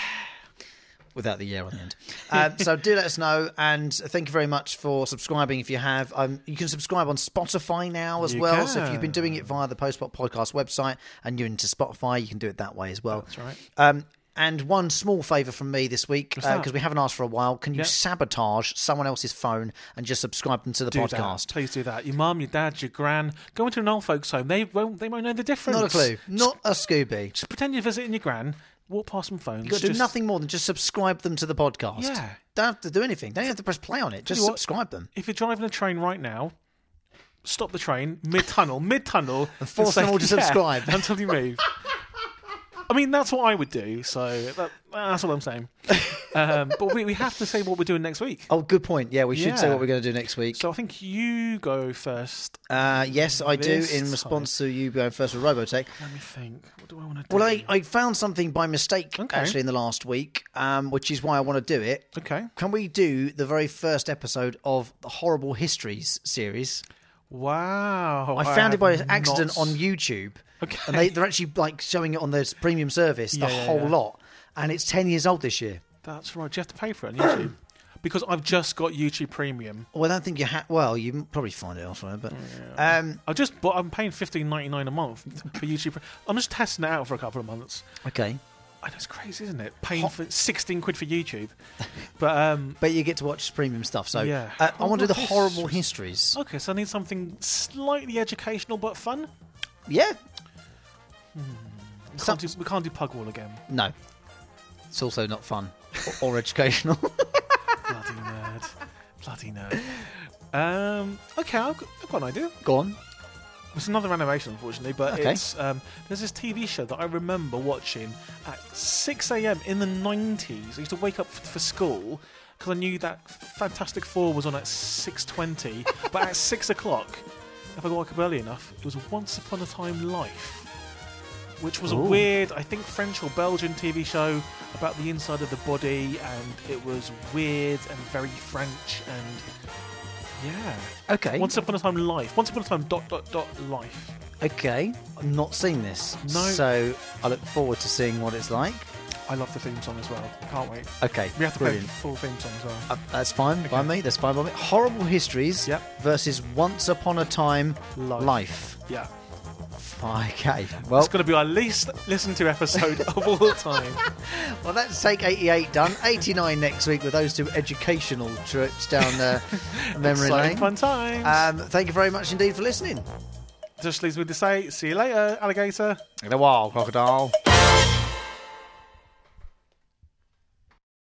S2: Without the yeah on the end. Um, so do let us know, and thank you very much for subscribing. If you have, um, you can subscribe on Spotify now as
S3: You
S2: well. So if you've been
S3: can.
S2: doing it via the Postbot Podcast website and you're into Spotify, you can do it that way as well.
S3: That's right.
S2: Um, and one small favour from me this week
S3: that?
S2: because we haven't asked for a while. Can you
S3: Yeah.
S2: sabotage someone else's phone and just subscribe them to the
S3: Do that.
S2: podcast?
S3: Please do that. Your mum, your dad, your gran. Go into an old folks' home. They won't. They won't know the difference.
S2: Not a clue. Not a Scooby.
S3: Just pretend you're visiting your gran. Walk past some phones.
S2: You've got to do
S3: just-
S2: nothing more than just subscribe them to the podcast.
S3: Yeah.
S2: Don't have to do anything. Don't even have to press play on it. Just
S3: you what-
S2: subscribe them.
S3: if you're driving a train right now, stop the train mid tunnel, mid tunnel, and
S2: force
S3: say,
S2: them all to
S3: "Yeah,"
S2: subscribe.
S3: until you move. I mean, that's what I would do. So that, that's all I'm saying. Um, but we, we have to say what we're doing next week.
S2: Oh, good point. Yeah, we should say
S3: Yeah.
S2: what we're going to do next week.
S3: So I think you go first.
S2: uh, yes, I do.
S3: This
S2: In response to you going first with Robotech.
S3: Let me think. What do I want to do?
S2: Well, I, I found something by mistake
S3: Okay.
S2: actually in the last week, um, which is why I want to do it.
S3: okay.
S2: Can we do the very first episode of the Horrible Histories series?
S3: Wow.
S2: I found it by
S3: have
S2: accident
S3: not-
S2: on YouTube.
S3: Okay.
S2: And they, they're actually like showing it on their premium service, the
S3: Yeah, yeah,
S2: whole
S3: yeah.
S2: lot. And it's 10 years old this year.
S3: That's right. Do you have to pay for it on YouTube? because I've just got YouTube Premium.
S2: Well, I don't think you ha Well, you can probably find it elsewhere, but um,
S3: I just, but I'm paying fifteen ninety nine a month for YouTube. Pre- I'm just testing it out for a couple of months.
S2: okay.
S3: I know it's crazy, isn't it? Paying for sixteen quid for YouTube, but um,
S2: But you get to watch premium stuff. So
S3: Yeah. Oh,
S2: uh, I want to do the
S3: Horrible
S2: horrible histories.
S3: okay. So I need something slightly educational but fun.
S2: Yeah.
S3: We
S2: Some-
S3: can't, do, we can't do pug wall again.
S2: No. It's also not fun or, or educational.
S3: Bloody nerd, bloody nerd. Um, okay, I've got, I've got an idea.
S2: Go on.
S3: It's another animation, unfortunately, but
S2: Okay.
S3: it's um, there's this TV show that I remember watching at 6 a.m. in the 90s. I used to wake up f- for school because I knew that Fantastic Four was on at 6:20, but at six o'clock, if I got up early enough, it was Once Upon a Time Life, which was a
S2: Ooh.
S3: weird, I think French or Belgian TV show about the inside of the body, and it was weird and very French and yeah.
S2: Okay.
S3: Once upon a time, life. Once upon a time, dot dot dot, life.
S2: Okay. I've not seen this.
S3: No.
S2: So I look forward to seeing what it's like.
S3: I love the theme song as well. Can't wait.
S2: Okay,
S3: We have to
S2: brilliant.
S3: play the full theme song as well.
S2: Uh, that's fine by me. That's fine by me. Horrible Histories
S3: Yep.
S2: versus Once Upon a Time
S3: Life.
S2: Life.
S3: yeah.
S2: Okay. Well,
S3: It's going to be our least listened to episode of all time.
S2: well, let's take 88 done. 89 next week with those two educational trips down uh, memory lane.
S3: Exciting fun times.
S2: Um, thank you very much indeed for listening.
S3: Just leaves me to say, see you later, alligator.
S2: The wild crocodile.